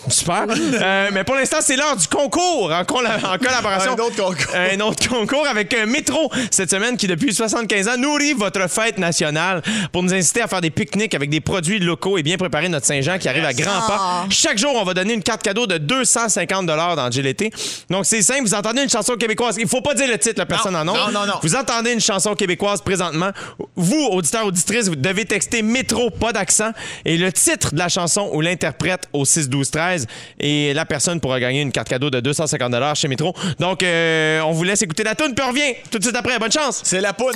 [laughs] Super. Euh, mais pour l'instant, c'est l'heure du concours en, colla- en collaboration. [laughs] Un autre concours. [laughs] Un autre concours avec un métro cette semaine qui, depuis 75 ans, nourrit votre fête nationale pour nous inciter à faire des pique-niques avec des produits locaux et bien préparer notre Saint-Jean qui arrive à grands pas. Chaque jour, on va donner une carte cadeau de 250 dans GLT. Donc, c'est simple. Vous entendez une chanson québécoise. Il faut pas dire le titre, la personne en Non, nombre. non, non, non. Vous entendez une chanson québécoise présentement. Vous, auditeurs, auditrices, vous devez texter métro, pas d'accent, et le titre de la chanson ou l'interprète au 6-12-13. Et la personne pourra gagner une carte cadeau de 250 chez Métro. Donc, euh, on vous laisse écouter la tune, puis on revient tout de suite après. Bonne chance! C'est la poune.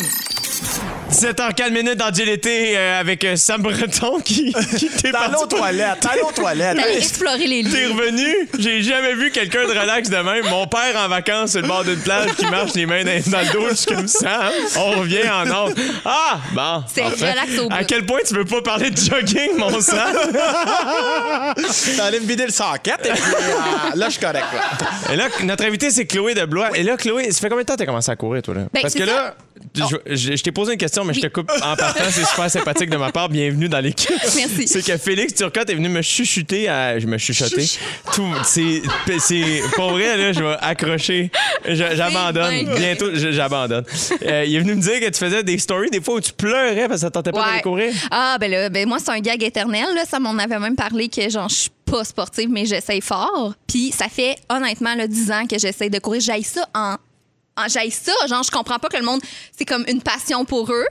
17h04 minutes dans GLT euh, avec euh, Sam Breton qui, qui t'est Dans parti- l'eau toilette. Allons aux toilettes. T'allais explorer les T'es lieux. revenu, j'ai jamais vu quelqu'un de relax de même. Mon père en vacances sur le bord d'une plage qui marche les mains dans, dans le dos, je suis comme ça. hein? On revient en ordre. Ah, bon. C'est parfait. relax au bout. À quel point tu veux pas parler de jogging, mon sang? T'allais me vider le socket. Et puis, euh, là, je suis correct. là. Et là, notre invité, c'est Chloé de Blois. Et là, Chloé, ça fait combien de temps t'as commencé à courir, toi? Là? Ben, Parce que c'est là, je, je- je t'ai posé une question, mais je te Oui. coupe en partant. C'est super sympathique de ma part. Bienvenue dans l'équipe. [laughs] Merci. C'est que Félix Turcotte est venu me chuchoter à. Je me chuchotais. Chuch- Tout. C'est. c'est- Pour vrai, là, je vais accrocher. Je- C'est J'abandonne. bien. Bientôt, je- j'abandonne. Euh, il est venu me dire que tu faisais des stories des fois où tu pleurais parce que ça tentait pas d'aller courir. Ah, ben là, ben moi, c'est un gag éternel. Là. Ça m'en avait même parlé que, genre, je suis pas sportive, mais j'essaye fort. Puis ça fait, honnêtement, là, 10 ans que j'essaye de courir. J'aille ça en. en j'haïs ça. Genre, je comprends pas que le monde, c'est comme une passion pour eux.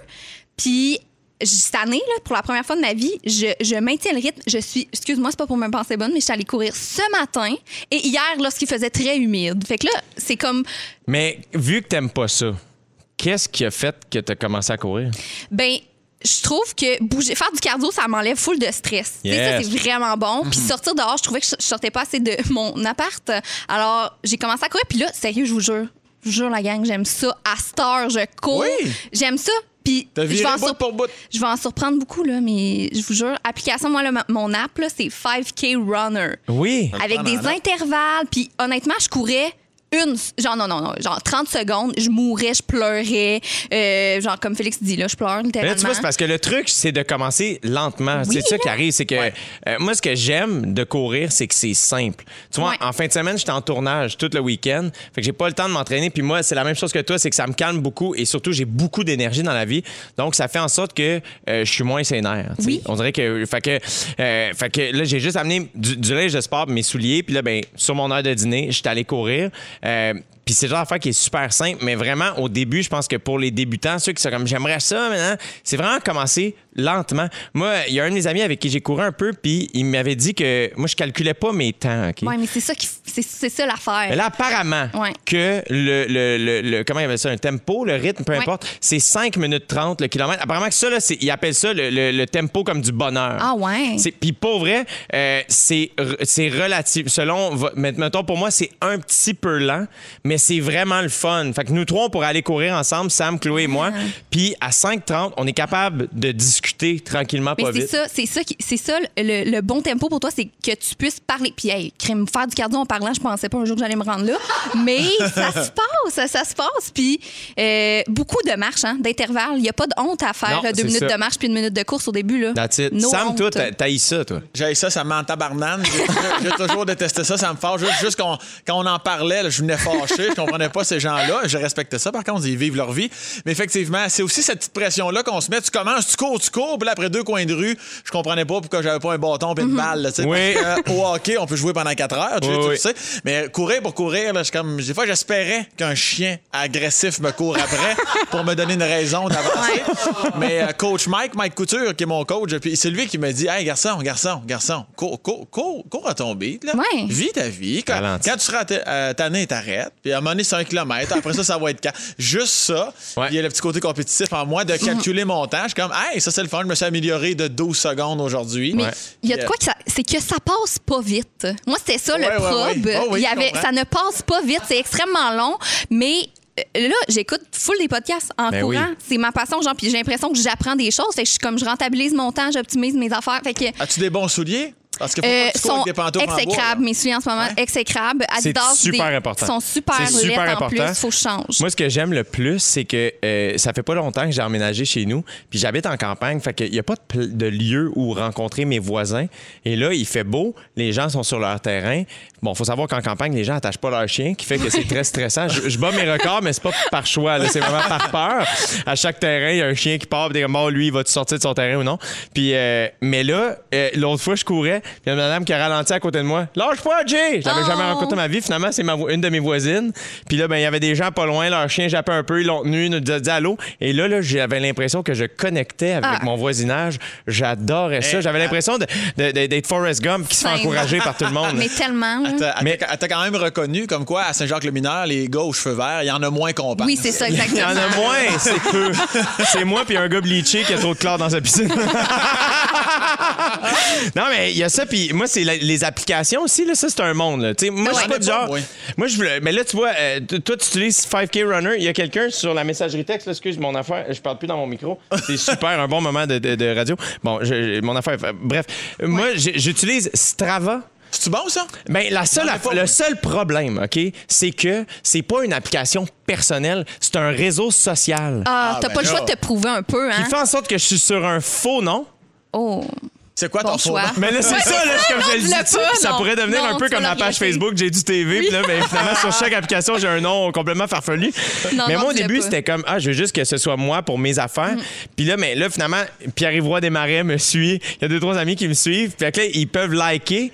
Puis. j- Cette année, là, pour la première fois de ma vie, je, je maintiens le rythme. Je suis, excuse-moi, c'est pas pour me penser bonne, mais je suis allée courir ce matin et hier lorsqu'il faisait très humide. Fait que là, c'est comme Mais vu que t'aimes pas ça, qu'est-ce qui a fait que t'as commencé à courir? Ben, je trouve que bouger, faire du cardio, ça m'enlève full de stress. Tu sais, Yes. Ça, c'est vraiment bon. Mhm. Puis sortir dehors, je trouvais que je je sortais pas assez de [laughs] mon appart. Alors, j'ai commencé à courir. Puis là, sérieux, je vous jure, je vous jure, la gang, j'aime ça. À cette heure, je cours. Oui. J'aime ça. Puis T'as je viré vais, en bout surp- pour bout. je vais en surprendre beaucoup, là, mais je vous jure, application, moi, là, ma- mon app, là, c'est 5K Runner. Oui. Avec prendre des en note. intervalles. Puis honnêtement, je courais une, genre non, non, non, genre 30 secondes, je mourais, je pleurais. Euh, genre comme Félix dit, là, je pleure Mais littéralement. Là, tu vois, c'est parce que le truc, c'est de commencer lentement. Oui, c'est ça qui arrive. C'est que euh, moi, ce que j'aime de courir, c'est que c'est simple. Tu vois, Ouais. en fin de semaine, j'étais en tournage tout le week-end. Fait que j'ai pas le temps de m'entraîner. Puis moi, c'est la même chose que toi, c'est que ça me calme beaucoup et surtout, j'ai beaucoup d'énergie dans la vie. Donc, ça fait en sorte que euh, je suis moins sénère. tu sais. Oui. On dirait que. Fait que, euh, fait que là, j'ai juste amené du, du linge de sport, mes souliers. Puis là, ben, sur mon heure de dîner, j'étais allé courir. Euh, puis c'est le genre d'affaire qui est super simple, mais vraiment au début, je pense que pour les débutants, ceux qui sont comme j'aimerais ça maintenant, c'est vraiment commencer lentement. Moi, il y a un de mes amis avec qui j'ai couru un peu, puis il m'avait dit que moi, je calculais pas mes temps. OK? Ouais, mais c'est ça qui f- c'est c'est ça Mais l'affaire. là, apparemment, Ouais. que le, le, le, le- comment il appelle ça, un tempo, le rythme, peu Ouais. importe, c'est 5 minutes 30 le kilomètre. Apparemment que ça, là, c'est- il appelle ça le, le- le tempo comme du bonheur. Ah ouais. C'est- Puis pour vrai, euh, c'est r- c'est relatif. Selon, vo- met- mettons, pour moi, c'est un petit peu lent, mais c'est vraiment le fun. Fait que nous trois, on pourrait aller courir ensemble, Sam, Chloé et moi. Ah. Puis à 5h30, on est capable de discuter tranquillement, Mais pas c'est vite. ça, c'est ça, qui- c'est ça le, le bon tempo pour toi, c'est que tu puisses parler. Puis, hey, crème, faire du cardio en parlant, je pensais pas un jour que j'allais me rendre [laughs] là. Mais ça se passe, ça, ça se passe. Puis, euh, beaucoup de marches, hein, d'intervalles. Il n'y a pas de honte à faire Non, euh, deux c'est minutes ça. de marche puis une minute de course au début. Là. That's it. No Sam, toi, honte. t'as- t'haïs ça, toi. J'ai ça, ça m'en tabarnane. J'ai- J'ai j'ai toujours détesté ça, ça me fâche. Juste, juste qu'on- quand on en parlait, là, je venais fâché, je comprenais pas ces gens-là. Je respectais ça, par contre, ils vivent leur vie. Mais effectivement, c'est aussi cette petite pression-là qu'on se met. Tu commences, tu cours, tu cours, puis là, après deux coins de rue, je comprenais pas pourquoi j'avais pas un bâton puis une balle. là, tu sais. Oui. Parce que, euh, au hockey, on peut jouer pendant quatre heures, tu, Oui, tu oui. sais. Mais courir pour courir, là, je suis comme, des fois, j'espérais qu'un chien agressif me court [laughs] après pour me donner une raison d'avancer. [laughs] Mais euh, coach Mike, Mike Couture, qui est mon coach, puis c'est lui qui me dit Hey, garçon, garçon, garçon, cours, cours, cours, cours à ton beat. Là. Ouais. Vis ta vie. Quand, Ralentis. quand tu seras ta- euh, tanné, t'arrêtes. Puis à un moment donné, c'est un kilomètre. Après ça, ça va être quand. Juste ça. Ouais. Il y a le petit côté compétitif en moi de calculer mon temps. Je suis comme Hey, ça, c'est le fun. Je me suis amélioré de 12 secondes aujourd'hui. Mais Ouais. il y a Puis, de quoi que ça, c'est que ça passe pas vite. Moi, c'était ça Ouais, ouais, le probe. ouais. Oh oui, il y je avait, comprends. ça ne passe pas vite. C'est extrêmement long, mais euh, là, j'écoute full des podcasts en Ben courant. oui. C'est ma passion, genre, puis j'ai l'impression que j'apprends des choses. Fait que je suis comme, je rentabilise mon temps, j'optimise mes affaires. Fait que. As-tu des bons souliers? Parce que faut euh, pas que tu cours sont avec des pantoufles en bois, là. exécrables, mes souliers en ce moment, Ouais. exécrables. C'est Adidas, super des- important. sont super C'est super laides important. en plus, faut que je change. Moi, ce que j'aime le plus, c'est que euh, ça fait pas longtemps que j'ai emménagé chez nous, puis j'habite en campagne, fait qu'il n'y a pas de, pl- de lieu où rencontrer mes voisins. Et là, il fait beau, les gens sont sur leur terrain. Bon, faut savoir qu'en campagne, les gens attachent pas leur chien, qui fait que c'est très stressant. Je, je bats mes records, mais c'est pas par choix, là, c'est vraiment par peur. À chaque terrain, il y a un chien qui part, puis t'es comme, bon, lui, il va-tu sortir de son terrain ou non? Puis, euh, mais là, euh, l'autre fois, je courais, puis il y a une madame qui a ralenti à côté de moi. Lâche pas, Jay! Je l'avais Oh! jamais rencontré de ma vie. Finalement, c'est ma vo- une de mes voisines. Puis là, ben, il y avait des gens pas loin, leur chien jappait un peu, ils l'ont tenu, ils nous disaient allô. Et là, là j'avais l'impression que je connectais avec Ah. mon voisinage. J'adorais ça. Eh, J'avais ah. l'impression de- de- de- d'être Forrest Gump qui se fait Simple. [laughs] encourager par tout le monde. Ah, mais tellement. là. T'as- Mais- t'as- T'as quand même reconnu comme quoi à Saint-Jacques-le-Mineur, les gars aux cheveux verts, il y en a moins qu'on pense. Oui, c'est ça, exactement. Il y en a moins, c'est peu. C'est moi puis un gars bleaché qui a trop de chlore dans sa [laughs] piscine. non, mais il y a ça, puis moi, c'est la- les applications aussi, là, ça, c'est un monde. là. Tu sais, Moi, je suis Ouais. pas du genre... Ouais. Moi, je voulais... Mais là, tu vois, euh, t- toi, tu utilises 5K Runner. Il y a quelqu'un sur la messagerie texte, là, excuse mon affaire, je parle plus dans mon micro. [laughs] C'est super, un bon moment de, de- de radio. Bon, je- je- mon affaire... euh, Bref, Euh, moi, j'ai- j'utilise Strava. C'est-tu bon, ça? Ben, la seule mais pas- le seul problème, OK, c'est que c'est pas une application personnelle, c'est un réseau social. Ah, Ah, t'as ben pas le choix là. de te prouver un peu, Qui hein? fait en sorte que je suis sur un faux nom. Oh. C'est quoi ton Bon faux nom? choix. Mais là, c'est Ouais, ça, là, je, comme non, je le dis, dis-le tu- pas, puis ça non. pourrait devenir Non, un peu tu vas comme la page regretter. Facebook J'ai du TV, puis là, ben, finalement, sur chaque application, j'ai un nom complètement farfelu. Non, mais non, moi, au dis-le début, pas. Mm. c'était comme, ah, je veux juste que ce soit moi pour mes affaires. Puis là, mais là, finalement, Pierre-Yves Roy Desmarais me suit. Il y a deux, trois amis qui me suivent. Puis là, ils peuvent liker.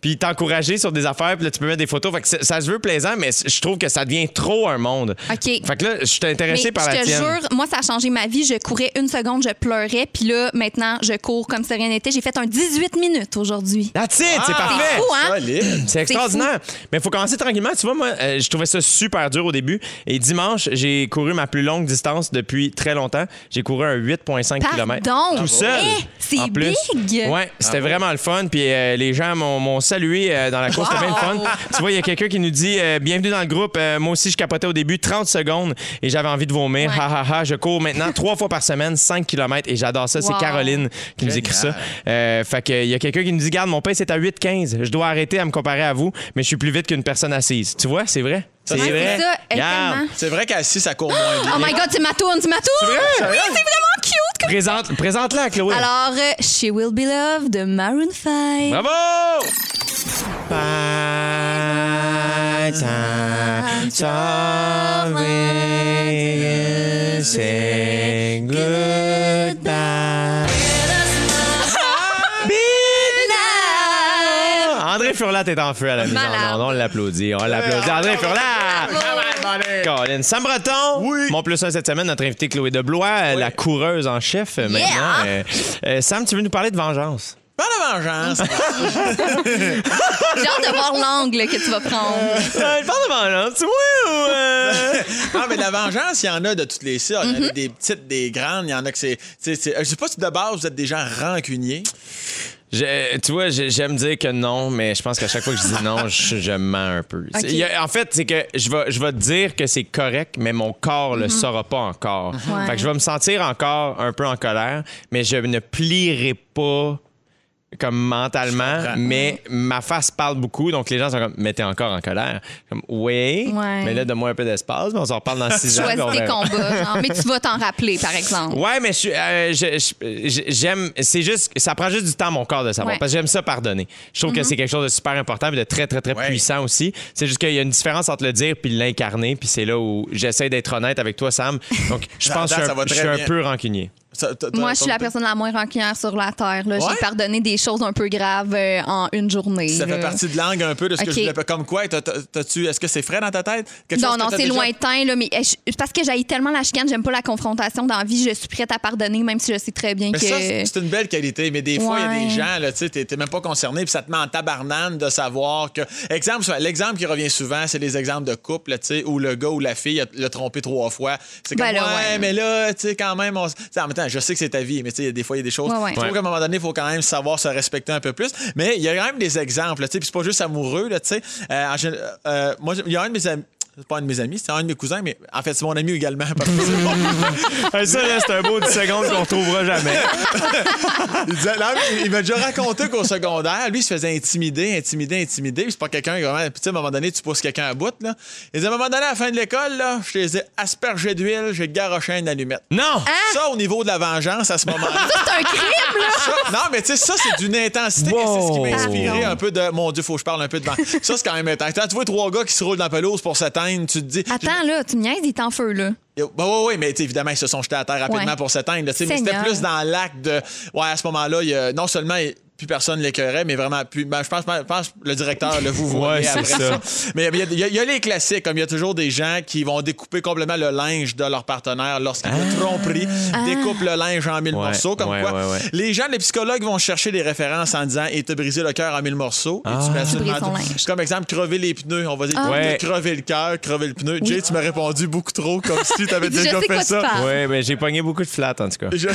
Puis t'encourager sur des affaires, puis là, tu peux mettre des photos. Fait que ça- ça se veut plaisant, mais je trouve que ça devient trop un monde. OK. Fait que là, je suis intéressé Mais par la je te tienne. jure, moi, ça a changé ma vie. Je courais une seconde, je pleurais, puis là, maintenant, je cours comme si rien n'était. J'ai fait un 18 minutes aujourd'hui. That's it, c'est Ah! parfait. C'est fou, hein? Solide. [clears throat] C'est extraordinaire. Mais il faut commencer tranquillement. Tu vois, moi, euh, je trouvais ça super dur au début. Et dimanche, j'ai couru ma plus longue distance depuis très longtemps. J'ai couru un 8,5 Pardon? km. Tout seul. Eh, c'est en plus. big! Ouais, c'était vraiment le fun. Puis euh, les gens m'ont, m'ont saluer euh, dans la course. C'était bien le fun. Tu vois, il y a quelqu'un qui nous dit euh, Bienvenue dans le groupe. Euh, moi aussi, je capotais au début 30 secondes et j'avais envie de vomir. Ouais. Ha, ha, ha. Je cours maintenant [laughs] trois fois par semaine, 5 km et j'adore ça. C'est Wow. Caroline qui nous écrit ça. Euh, fait que, il y a quelqu'un qui nous dit Garde, mon pace est à 8,15. Je dois arrêter à me comparer à vous, mais je suis plus vite qu'une personne assise. Tu vois, c'est vrai. C'est Ouais, vrai. c'est ça, elle est Garde. tellement- C'est vrai qu'assis, ça court moins bien. Oh my God, c'est ma tourne, c'est ma tourne! vrai? Oui, c'est vraiment cute! comme- Présente- Présente-la, Chloé. Alors, euh, She Will Be Loved de Maroon 5. Bravo! Ah, By time to say goodbye. Love. André Furlat est en feu à la mise en Malade. onde. On l'applaudit. On l'applaudit. André Furlat! Colin Sam Breton. Oui. Mon plus un cette semaine, notre invité Chloé Deblois, euh, la coureuse en chef euh, maintenant. Euh, euh, Sam, tu veux nous parler de vengeance? Pas la vengeance. J'ai hâte de voir l'angle que tu vas prendre. Euh, je parle de vengeance, oui ou... euh? non, Ah, mais de la vengeance, il y en a de toutes les sortes. Il y en Mm-hmm. a des petites, des grandes. Il y en a que c'est. tu sais, c'est- euh, Je sais pas si de base, vous êtes des gens rancuniers. Je- tu vois, j'ai- j'aime dire que non, mais je pense qu'à chaque fois que je dis non, je, je mens un peu. C'est- il y a- en fait, c'est que je vais, je vais te dire que c'est correct, mais mon corps le saura pas encore. Mhm. Ouais. Fait que je vais me sentir encore un peu en colère, mais je ne plierai pas comme Je mentalement, comprends. mais ma face parle beaucoup, donc les gens sont comme, mais t'es encore en colère. Comme, oui, Ouais. mais là, donne-moi un peu d'espace, mais on s'en reparle dans six ans. puis on Choisis tes verra. combats, genre, mais tu vas t'en rappeler, par exemple. Ouais, mais je suis- euh, je- je- j'aime. C'est juste. Ça prend juste du temps, mon corps, de savoir. Ouais. Mm-hmm. Parce que j'aime ça pardonner. Je trouve que c'est quelque chose de super important et de très, très, très Ouais. puissant aussi. C'est juste qu'il y a une différence entre le dire puis l'incarner. Puis c'est là où j'essaie d'être honnête avec toi, Sam. Donc, [laughs] je Ça- pense que je suis ça va un- je très suis un bien. peu rancunier. Ça- t'as- t'as- Moi, je suis t'as- la personne la moins rancunière sur la Terre. là. Ouais? J'ai pardonné des choses un peu graves euh, en une journée. Ça fait là. partie de l'angle un peu de ce que Ok. je voulais. Comme quoi, t'as- t'as- t'as-tu. Est-ce que c'est frais dans ta tête? Quelque Non, chose que non, t'as c'est déjà- lointain, là, mais euh, je- parce que j'aille tellement la chicane, j'aime pas la confrontation dans la vie, je suis prête à pardonner, même si je sais très bien Mais que. ça, c'est c'est une belle qualité. Mais des fois, il y a Ouais. des gens, là, tu sais, t'es t'es même pas concerné, puis ça te met en tabarnane de savoir que. Exemple, souvent- l'exemple qui revient souvent, c'est les exemples de couple, tu sais, où le gars ou la fille a- l'a trompé trois fois. C'est comme, Ben là, ouais, ouais. mais là, tu sais, quand même, on... s- tu sais, en même temps, je sais que c'est ta vie, mais tu sais, des fois, il y a des choses. Ouais, ouais. Je trouve Ouais. qu'à un moment donné, il faut quand même savoir se respecter un peu plus. Mais il y a quand même des exemples, tu sais, puis c'est pas juste amoureux, là, tu sais. Euh, en gén- euh, moi, il y a un de mes amis. C'est pas un de mes amis, c'est un de mes cousins, mais en fait, c'est mon ami également. [laughs] parce que c'est pas- [laughs] ça, là, c'est un beau 10 secondes qu'on retrouvera jamais. Il, disait- non, mais il m'a déjà raconté qu'au secondaire, lui, il se faisait intimider, intimider, intimider. Puis c'est pas quelqu'un qui vraiment. Puis tu sais, à un moment donné, tu pousses quelqu'un à bout. Là. Il dit à un moment donné, à la fin de l'école, là, je les ai aspergés d'huile, j'ai garoché une allumette. [laughs] Non! Ça, au niveau de la vengeance, à ce [laughs] moment-là. Ça, c'est un crime, [laughs] là! ça- non, mais tu sais, ça, c'est d'une intensité. et C'est ce qui m'a Wow. inspiré un peu de. Mon Dieu, faut que je parle un peu devant. Ça, c'est quand même intense. Quand tu vois trois gars qui se roulent dans la pelouse pour s'éteindre, tu te dis. Attends, là, tu me niaises, il est en feu, là. Bah oui, oui, mais tu sais, évidemment, ils se sont jetés à terre rapidement Ouais. pour s'éteindre. là, tu sais, Mais c'était Seigneur. plus dans l'acte de. Ouais, à ce moment-là, il y a- non seulement il- plus personne l'écœurait, mais vraiment plus. ben, je pense je pense que le directeur, le vous voyez Ouais, c'est après ça. ça. Mais il y a- il y, a- il y a les classiques, comme il y a toujours des gens qui vont découper complètement le linge de leur partenaire lorsqu'il y a une tromperie, Ah. découpent le linge en mille Ah. Ouais, morceaux, comme ouais, quoi. ouais, ouais. Les gens, les psychologues vont chercher des références en disant et te briser le cœur en mille morceaux. Et Ah. tu mets absolument brises ton tout. linge. C'est comme exemple, crever les pneus. On va dire Ah. Ouais. crever le cœur, crever le pneu. Jay, tu m'as répondu beaucoup trop, comme si tu avais Il dit, déjà je sais fait quoi tu ça. parles. Ouais, ben j'ai pogné beaucoup de flat, en tout [laughs] cas. Je-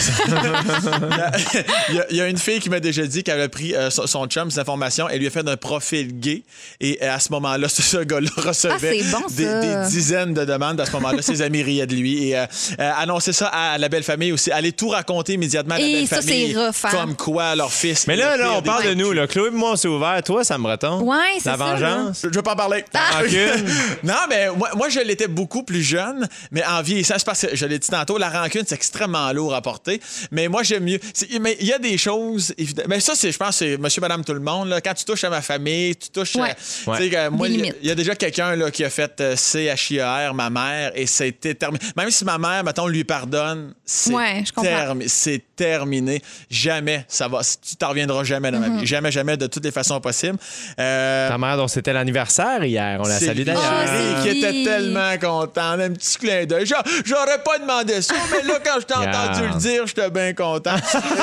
[laughs] il, y a, il y a une fille qui m'a déjà dit qu'elle a pris euh, son, son chum, ses informations, et lui a fait un profil gay. Et euh, à ce moment-là, [laughs] ce, ce gars-là recevait Ah, c'est bon, des, ça. des dizaines de demandes. À ce moment-là, ses amis riaient de lui. Et euh, euh, annoncer ça à la belle famille aussi. Aller tout raconter immédiatement à la Et belle ça, famille. c'est rough, hein. Comme quoi, leur fils. Mais est là, le là, pire on des parle de mecs. nous. Là. Chloé et moi, on s'est ouvert. Toi, Sam Breton. Ouais, c'est La ça, [laughs] là. vengeance. Je je veux pas en parler. Ah, Rancune. Non, mais moi, moi, je l'étais beaucoup plus jeune, mais en vieillissant, c'est parce que je l'ai dit tantôt, la rancune, c'est extrêmement lourd à porter. Mais moi, j'aime mieux. c'est- Mais il y a des choses, évidemment. Mais ça, c'est, je pense, c'est monsieur, madame, tout le monde. Là, quand tu touches à ma famille, tu touches. Ouais. euh, tu sais, euh, moi, Des il y a- limites. il y a déjà quelqu'un là, qui a fait euh, CHIER, ma mère, et c'était terminé. Même si ma mère, mettons, lui pardonne, c'est Ouais, je comprends. termi- c'est terminé. Jamais, ça va. Tu t'en reviendras jamais dans Mm-hmm. ma vie. Jamais, jamais, de toutes les façons possibles. Euh, Ta mère, dont c'était l'anniversaire hier. On la salue Sylvie d'ailleurs. Oh, Jury, Ah, qui Sylvie. était tellement contente. Un petit clin d'œil. J'a- J'aurais pas demandé ça, mais là, quand je t'ai entendu Yeah. le dire, j'étais bien content. [laughs]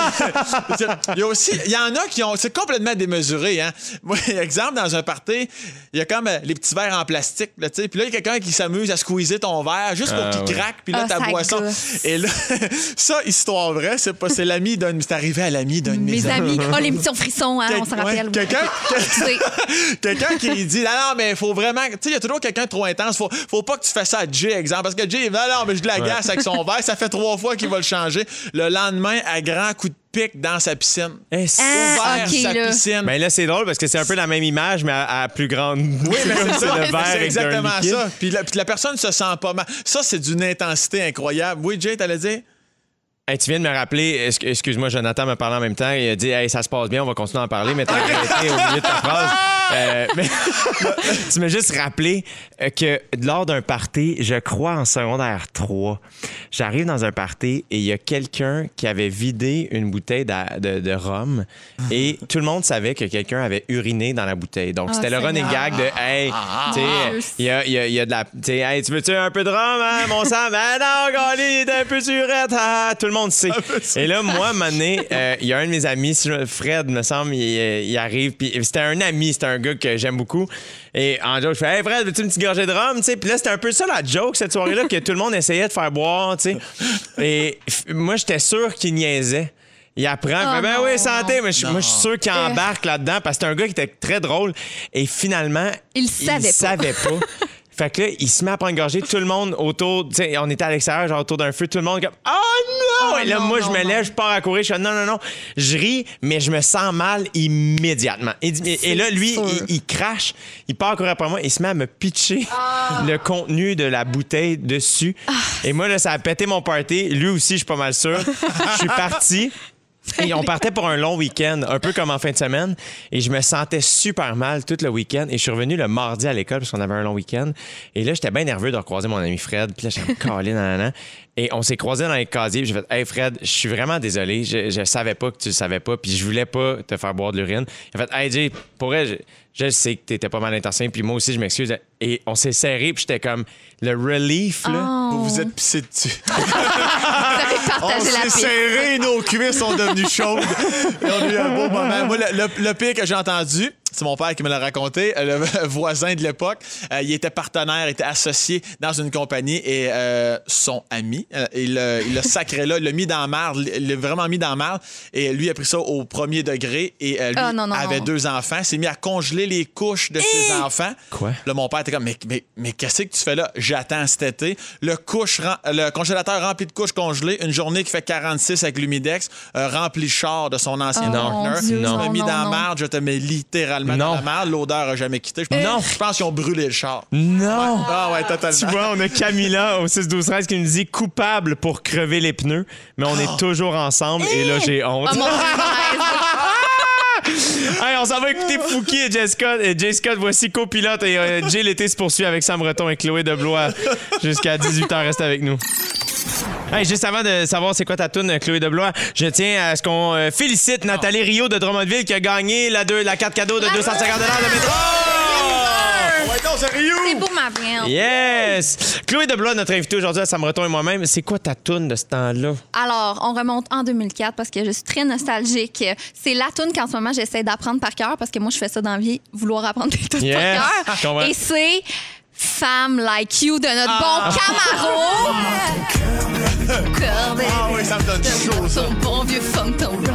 il y a aussi, il y en a qui ont, c'est complètement démesuré, hein. Moi, [laughs] exemple, dans un party, il y a comme euh, les petits verres en plastique, là, tu sais. Puis là, il y a quelqu'un qui s'amuse à squeezer ton verre juste pour Ah, qu'il ouais. craque, puis là, [laughs] Ah, ta ça boisson. gosse. Et là, ça, histoire vraie, c'est pas- pas, c'est l'ami d'un. C'est arrivé à l'ami d'un de mes, [laughs] Mes amis. Oh, l'émission Frisson, hein, Quel- on s'en ouais, rappelle. Quelqu'un [laughs] C'est- quelqu'un qui dit, non, non, mais il faut vraiment. Tu sais, il y a toujours quelqu'un de trop intense. Faut, faut pas que tu fasses ça à Jay, exemple. Parce que Jay, non, non, mais je l'agace avec son verre. Ça fait trois fois qu'il va le changer. Le lendemain, à grand coup de pique dans sa piscine. Eh, c'est- Ah, Ouvert ok, sa là. piscine. Ben là, c'est drôle parce que c'est un peu la même image, mais à, à plus grande. Oui, mais comme c'est le verre [laughs] avec C'est d'un exactement liquide. ça. Puis la, puis la personne se sent pas mal. Ça, c'est d'une intensité incroyable. Oui, Jay, t'allais dire? Hey, tu viens de me rappeler, es- excuse-moi, Jonathan m'a parlé en même temps. Il a dit Hey, ça se passe bien, on va continuer à en parler, mais t'as arrêté au milieu de ta phrase. Euh, mais [laughs] tu m'as juste rappelé euh, que lors d'un party, je crois en secondaire 3, j'arrive dans un party et il y a quelqu'un qui avait vidé une bouteille d'a- de, de rhum et tout le monde savait que quelqu'un avait uriné dans la bouteille. Donc, Ah, c'était le running Seigneur. gag de Hey, tu sais, il y a, il y a- il y a de la. Tu sais, hey, tu veux-tu un peu de rhum, hein, mon sang? Ben non, Goli, t'es un peu surette. Ah, tout le monde sait. Et là, moi, à un moment donné, euh, il y a un de mes amis, si je- Fred, me semble, il, euh, il arrive. Puis c'était un ami, c'était un gars que j'aime beaucoup. Et en joke, je fais, hey, Fred, veux-tu une petite gorgée de rhum? Tu sais, puis là, c'était un peu ça la joke cette soirée-là que tout le monde essayait de faire boire, tu sais. Et f- moi, j'étais sûr qu'il niaisait. Il apprend, il fait, Oh ben non. Eh. oui, santé, mais je- moi je suis sûr qu'il embarque là-dedans parce que c'était un gars qui était très drôle et finalement Il savait pas. savait pas. Fait que là, il se met à prendre une gorgée, tout le monde autour, tu sais, on était à l'extérieur, genre autour d'un feu, tout le monde comme Oh non! Oh et là, non, moi, je non, me non. lève, je pars à courir, je fais non, non, non. Je ris, mais je me sens mal immédiatement. Et, et- et là, lui, sûr. il, il crache, il part courir après moi, il se met à me pitcher Ah. le contenu de la bouteille dessus. Et moi, là, ça a pété mon party. Lui aussi, je suis pas mal sûr. Je [laughs] suis parti. Et on partait pour un long week-end, un peu comme en fin de semaine. Et je me sentais super mal tout le week-end. Et je suis revenu le mardi à l'école parce qu'on avait un long week-end. Et là, j'étais bien nerveux de recroiser mon ami Fred. Puis là, j'étais comme calé, nanana. Et on s'est croisés dans les casiers. Puis J'ai fait Hey Fred, je suis vraiment désolé. Je, je savais pas que tu le savais pas. Puis je voulais pas te faire boire de l'urine. Il a fait Hey Jay, pour vrai, je, je sais que t'étais pas mal intentionné. Puis moi aussi, je m'excuse. Et on s'est serré. Puis j'étais comme le relief, là. Oh, Vous vous êtes pissé dessus. Vous avez On partagé la s'est piste. serré, nos cuisses sont devenues chaudes. Et on a eu un beau [laughs] moment. Moi, le, le- le pire que j'ai entendu, c'est mon père qui me l'a raconté, euh, le [laughs] voisin de l'époque. euh, il était partenaire, il était associé dans une compagnie et euh, son ami, euh, il euh, il l'a sacré là, il l'a mis dans la marde, il l'a vraiment mis dans la marde. Et lui a pris ça au premier degré et euh, lui Ah, non, non, avait non. deux enfants, s'est mis à congeler les couches de Eh! ses enfants. Quoi? Là, mon père était comme, mais, mais, mais qu'est-ce que tu fais là? J'attends cet été. Le, couche, rem- le congélateur rempli de couches congelées, une journée qui fait 46 avec l'humidex, euh, rempli le char de son ancien Oh, mon partner. Dieu, Tu m'as non, mis non, dans la non. marde, je te mets littéralement Non. dans la marde. L'odeur a jamais quitté. Je Eh! pense, Non. je pense qu'ils ont brûlé le char. Non! Ah ouais, totalement. Tu vois, on a Camilla au 6 12 13 qui nous dit coupable pour crever les pneus, mais on est toujours ensemble et là j'ai honte. [laughs] Oh, Ah. mon Dieu, [laughs] Hey, on s'en va écouter Fouki et Jay Scott. Et Jay Scott, voici copilote et euh, Jay l'été se poursuit avec Sam Breton et Chloé de Blois jusqu'à 18h. Reste avec nous. Hey, juste avant de savoir c'est quoi ta toune, Chloé de Blois, je tiens à ce qu'on euh, félicite Nathalie Rio de Drummondville qui a gagné la, deux- la carte cadeau de 250 de métro. c'est pour ma viande. Yes! Chloé de Blois, notre invitée aujourd'hui à Sam Breton et moi-même, c'est quoi ta toune de ce temps-là? Alors, on remonte en 2004 parce que je suis très nostalgique. C'est la tune qu'en ce moment j'essaie d'apprendre par cœur parce que moi je fais ça dans la vie, vouloir apprendre des tunes Yes, par [laughs] je comprends. cœur. Et c'est Femme Like You de notre bon Camaro. Ah ouais, ça me donne chaud, ça. Son bon vieux funk, ton rock,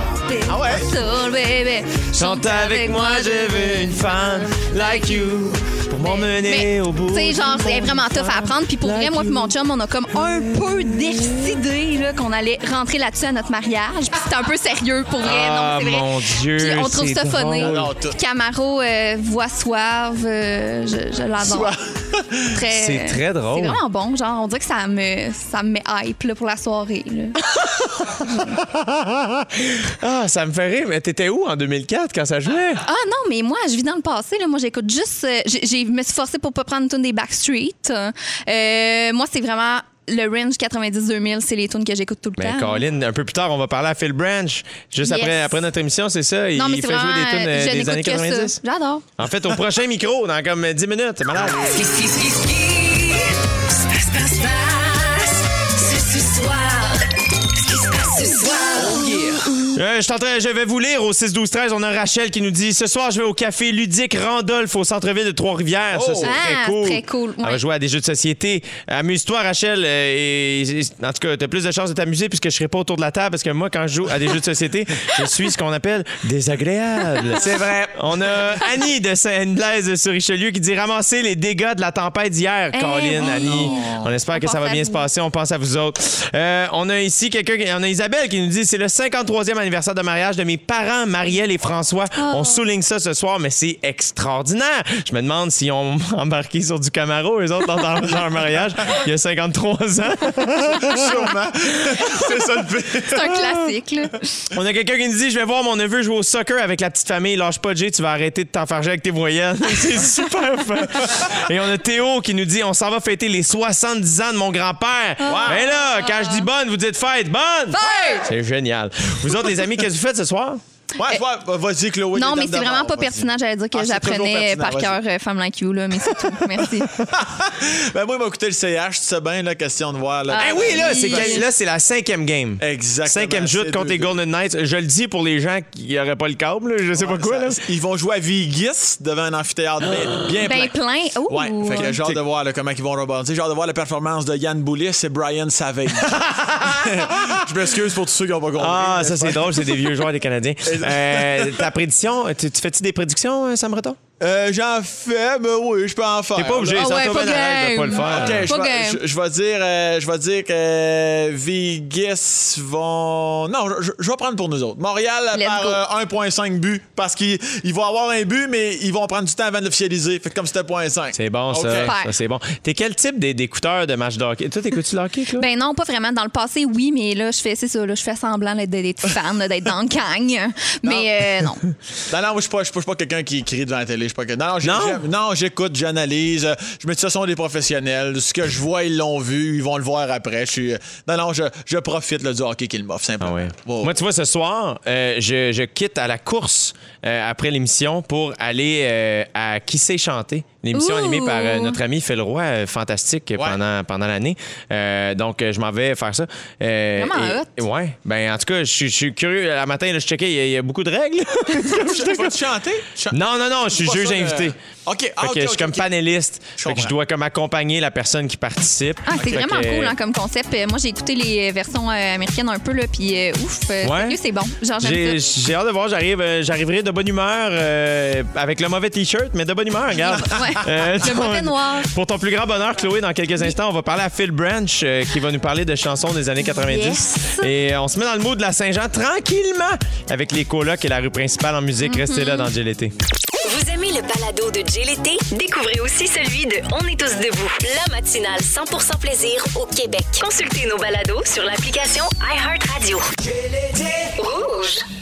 Ah ouais? soul, baby. Chante avec moi, je veux une femme like you pour m'emmener Mais, au bout. tu sais, genre, du c'est monde. vraiment tough à apprendre. Puis pour vrai, moi puis mon chum, on a comme un peu décidé là, qu'on allait rentrer là-dessus à notre mariage. Puis c'était un peu sérieux pour vrai. Ah, non, c'est vrai. mon Dieu, Puis on trouve c'est ça funny. drôle. Non, tout. Puis Camaro, euh, voix suave, euh, je, je l'adore. Très- C'est très drôle. C'est vraiment bon. Genre, on dirait que ça me, ça me met hype là, pour la soirée. là. Ah, ça me fait rire. Mais t'étais où en 2004 quand ça jouait? Ah non, mais moi, je vis dans le passé. Là. Moi, j'écoute juste. euh, j'ai- j'ai- Je me suis forcée pour pas prendre une tune des Backstreet. Euh, moi, c'est vraiment le range 90-2000. C'est les tunes que j'écoute tout le Mais temps. Ben, Colin, un peu plus tard, on va parler à Phil Branch. Juste Yes. après, après notre émission, c'est ça? Il non, mais c'est fait vraiment. jouer des tunes euh, euh, je des n'écoute années que 90. ça. J'adore. En fait, au prochain micro, dans comme 10 minutes. C'est malade. Ski, ski, ski, ski. Se passe, passe, passe. C'est ce soir. Ce qui se passe ce soir. Euh, je, suis en train- je vais vous lire au 6-12-13. On a Rachel qui nous dit Ce soir, je vais au café ludique Randolph au centre-ville de Trois-Rivières. Ça, c'est Ah, très cool. très cool, On va ouais. jouer à des jeux de société. Amuse-toi, Rachel. euh, Et, et- en tout cas, tu as plus de chances de t'amuser puisque je serai pas autour de la table parce que moi, quand je joue à des jeux de société, je suis ce qu'on appelle [laughs] désagréable. C'est vrai. On a Annie de Saint-Blaise sur Richelieu qui dit ramasser les dégâts de la tempête d'hier. Eh Colin, oui. Oh. Annie. On espère On que ça pense va à bien vous. se passer. On pense à vous autres. Euh, on a ici quelqu'un, qui- on a Isabelle qui nous dit c'est le 53e anniversaire de mariage de mes parents, Marielle et François. Oh. On souligne ça ce soir, mais c'est extraordinaire. Je me demande si on [laughs] embarqué sur du Camaro, eux autres, dans leur- leur mariage, il y a 53 ans. Sûrement. C'est ça le pire. [laughs] C'est un classique, là. On a quelqu'un qui nous dit Je vais voir mon neveu jouer au soccer avec la petite famille. Lâche pas, Jay, tu vas arrêter de t'enfarger avec tes voyelles. [laughs] C'est super fun. Et on a Théo qui nous dit On s'en va fêter les 70 ans de mon grand-père. Ben là, quand je dis bonne, vous dites fête. Bonne C'est génial. Vous autres, les amis, qu'est-ce que vous faites ce soir Ouais, ouais, vas-y, Chloé. Eh! non, t'es mais dame c'est d'abord, vraiment pas vas-y. pertinent. J'allais dire que Ah, c'est toujours j'apprenais pertinent, par cœur euh, Femme Like You, là, mais c'est tout. [laughs] Merci. Ben, moi, il m'a coûté le CH, tu sais bien, la question de voir. Là. Ah. Eh oui, là, c'est Oui. quel- là, c'est la cinquième game. Exactement. Cinquième jeu C'est contre deux, les deux. Golden Knights. Je le dis pour les gens qui n'auraient pas le câble, là, je sais pas quoi. Ça- là. Ils vont jouer à Vigis devant un amphithéâtre bien, bien Ben plein. plein. Ouh. Ouais, fait que j'ai hâte de voir là, comment ils vont rebondir. J'ai hâte de voir la performance de Yann Boulis et Brian [laughs] Savage. Je m'excuse pour tous ceux qui n'ont pas compris. Ah, ça c'est drôle, c'est des vieux joueurs [laughs] des Canadiens. Euh, ta prédiction, tu, tu fais-tu des prédictions, euh, Sam Breton? Euh, J'en fais, mais oui, je peux en faire. T'es pas obligé, Ah ça ouais, tombe pas dans la règle de game. pas le faire. Ok, Pas je vais- game. je- je vais dire, euh, je vais dire que Vigis vont. Non, je, je vais prendre pour nous autres. Montréal Let's par go. euh, 1,5 but parce qu'ils ils vont avoir un but, mais ils vont prendre du temps avant de l'officialiser. Fait que comme c'était 0,5. C'est bon, ça. Ok. Super. Ça, c'est bon. T'es quel type d'é- d'écouteur de match de hockey? Toi, t'écoutes-tu le hockey, Claude? Ben non, pas vraiment. Dans le passé, oui, mais là, je fais, c'est ça, là, je fais semblant d'être- [laughs] d'être fan, là, d'être dans le gang. Mais euh, non. Non, non, moi, je suis pas, je suis pas- je suis pas quelqu'un qui crie devant la télé. Je suis pas que- Non, j'ai- Non? j'aime- non, j'écoute, j'analyse. Euh, Je me dis, ce sont des professionnels. Ce que je vois, ils l'ont vu. Ils vont le voir après. Je suis. euh, Non, non, je, je profite là, du hockey qu'ils m'offrent, simplement. Wow. Ah Moi, tu vois, ce soir, euh, je, je quitte à la course euh, après l'émission pour aller euh, à Qui sait chanter, l'émission Ouh! animée par euh, notre ami Phil Roy, euh, fantastique euh, Ouais. pendant, pendant l'année. Euh, donc, euh, je m'en vais faire ça. Euh, Vraiment et- hot. et ouais. Ben, en tout cas, je suis- je suis curieux. La matin, là, je checkais, il y a- il y, a beaucoup [laughs] de règles. Faut-tu chanter? Chan- non, non, non, je suis Pas juge ça, euh, invité. OK, ah, Fait OK, que je OK, suis comme OK. panéliste. Fait que je comprends. dois comme accompagner la personne qui participe. Ah, c'est Fait vraiment que- cool hein, comme concept. Euh, Moi, j'ai écouté les versions euh, américaines un peu, là, puis euh, ouf, euh, Ouais. sérieux, c'est bon. Genre, J'ai j'aime ça. j'ai hâte de voir, j'arrive, euh, j'arriverai de bonne humeur euh, avec le mauvais t-shirt, mais de bonne humeur, regarde. [laughs] Euh, Ouais. Le mauvais noir. Pour ton plus grand bonheur, Chloé, dans quelques instants, on va parler à Phil Branch euh, qui va nous parler de chansons des années 90. Yes. Et euh, on se met dans le mood de la Saint-Jean tranquillement avec les colocs et la rue principale en musique. Restez là dans Jay l'été. Vous aimez le balado de Jay l'été? Découvrez aussi celui de On est tous debout, la matinale 100% plaisir au Québec. Consultez nos balados sur l'application iHeartRadio. Rouge.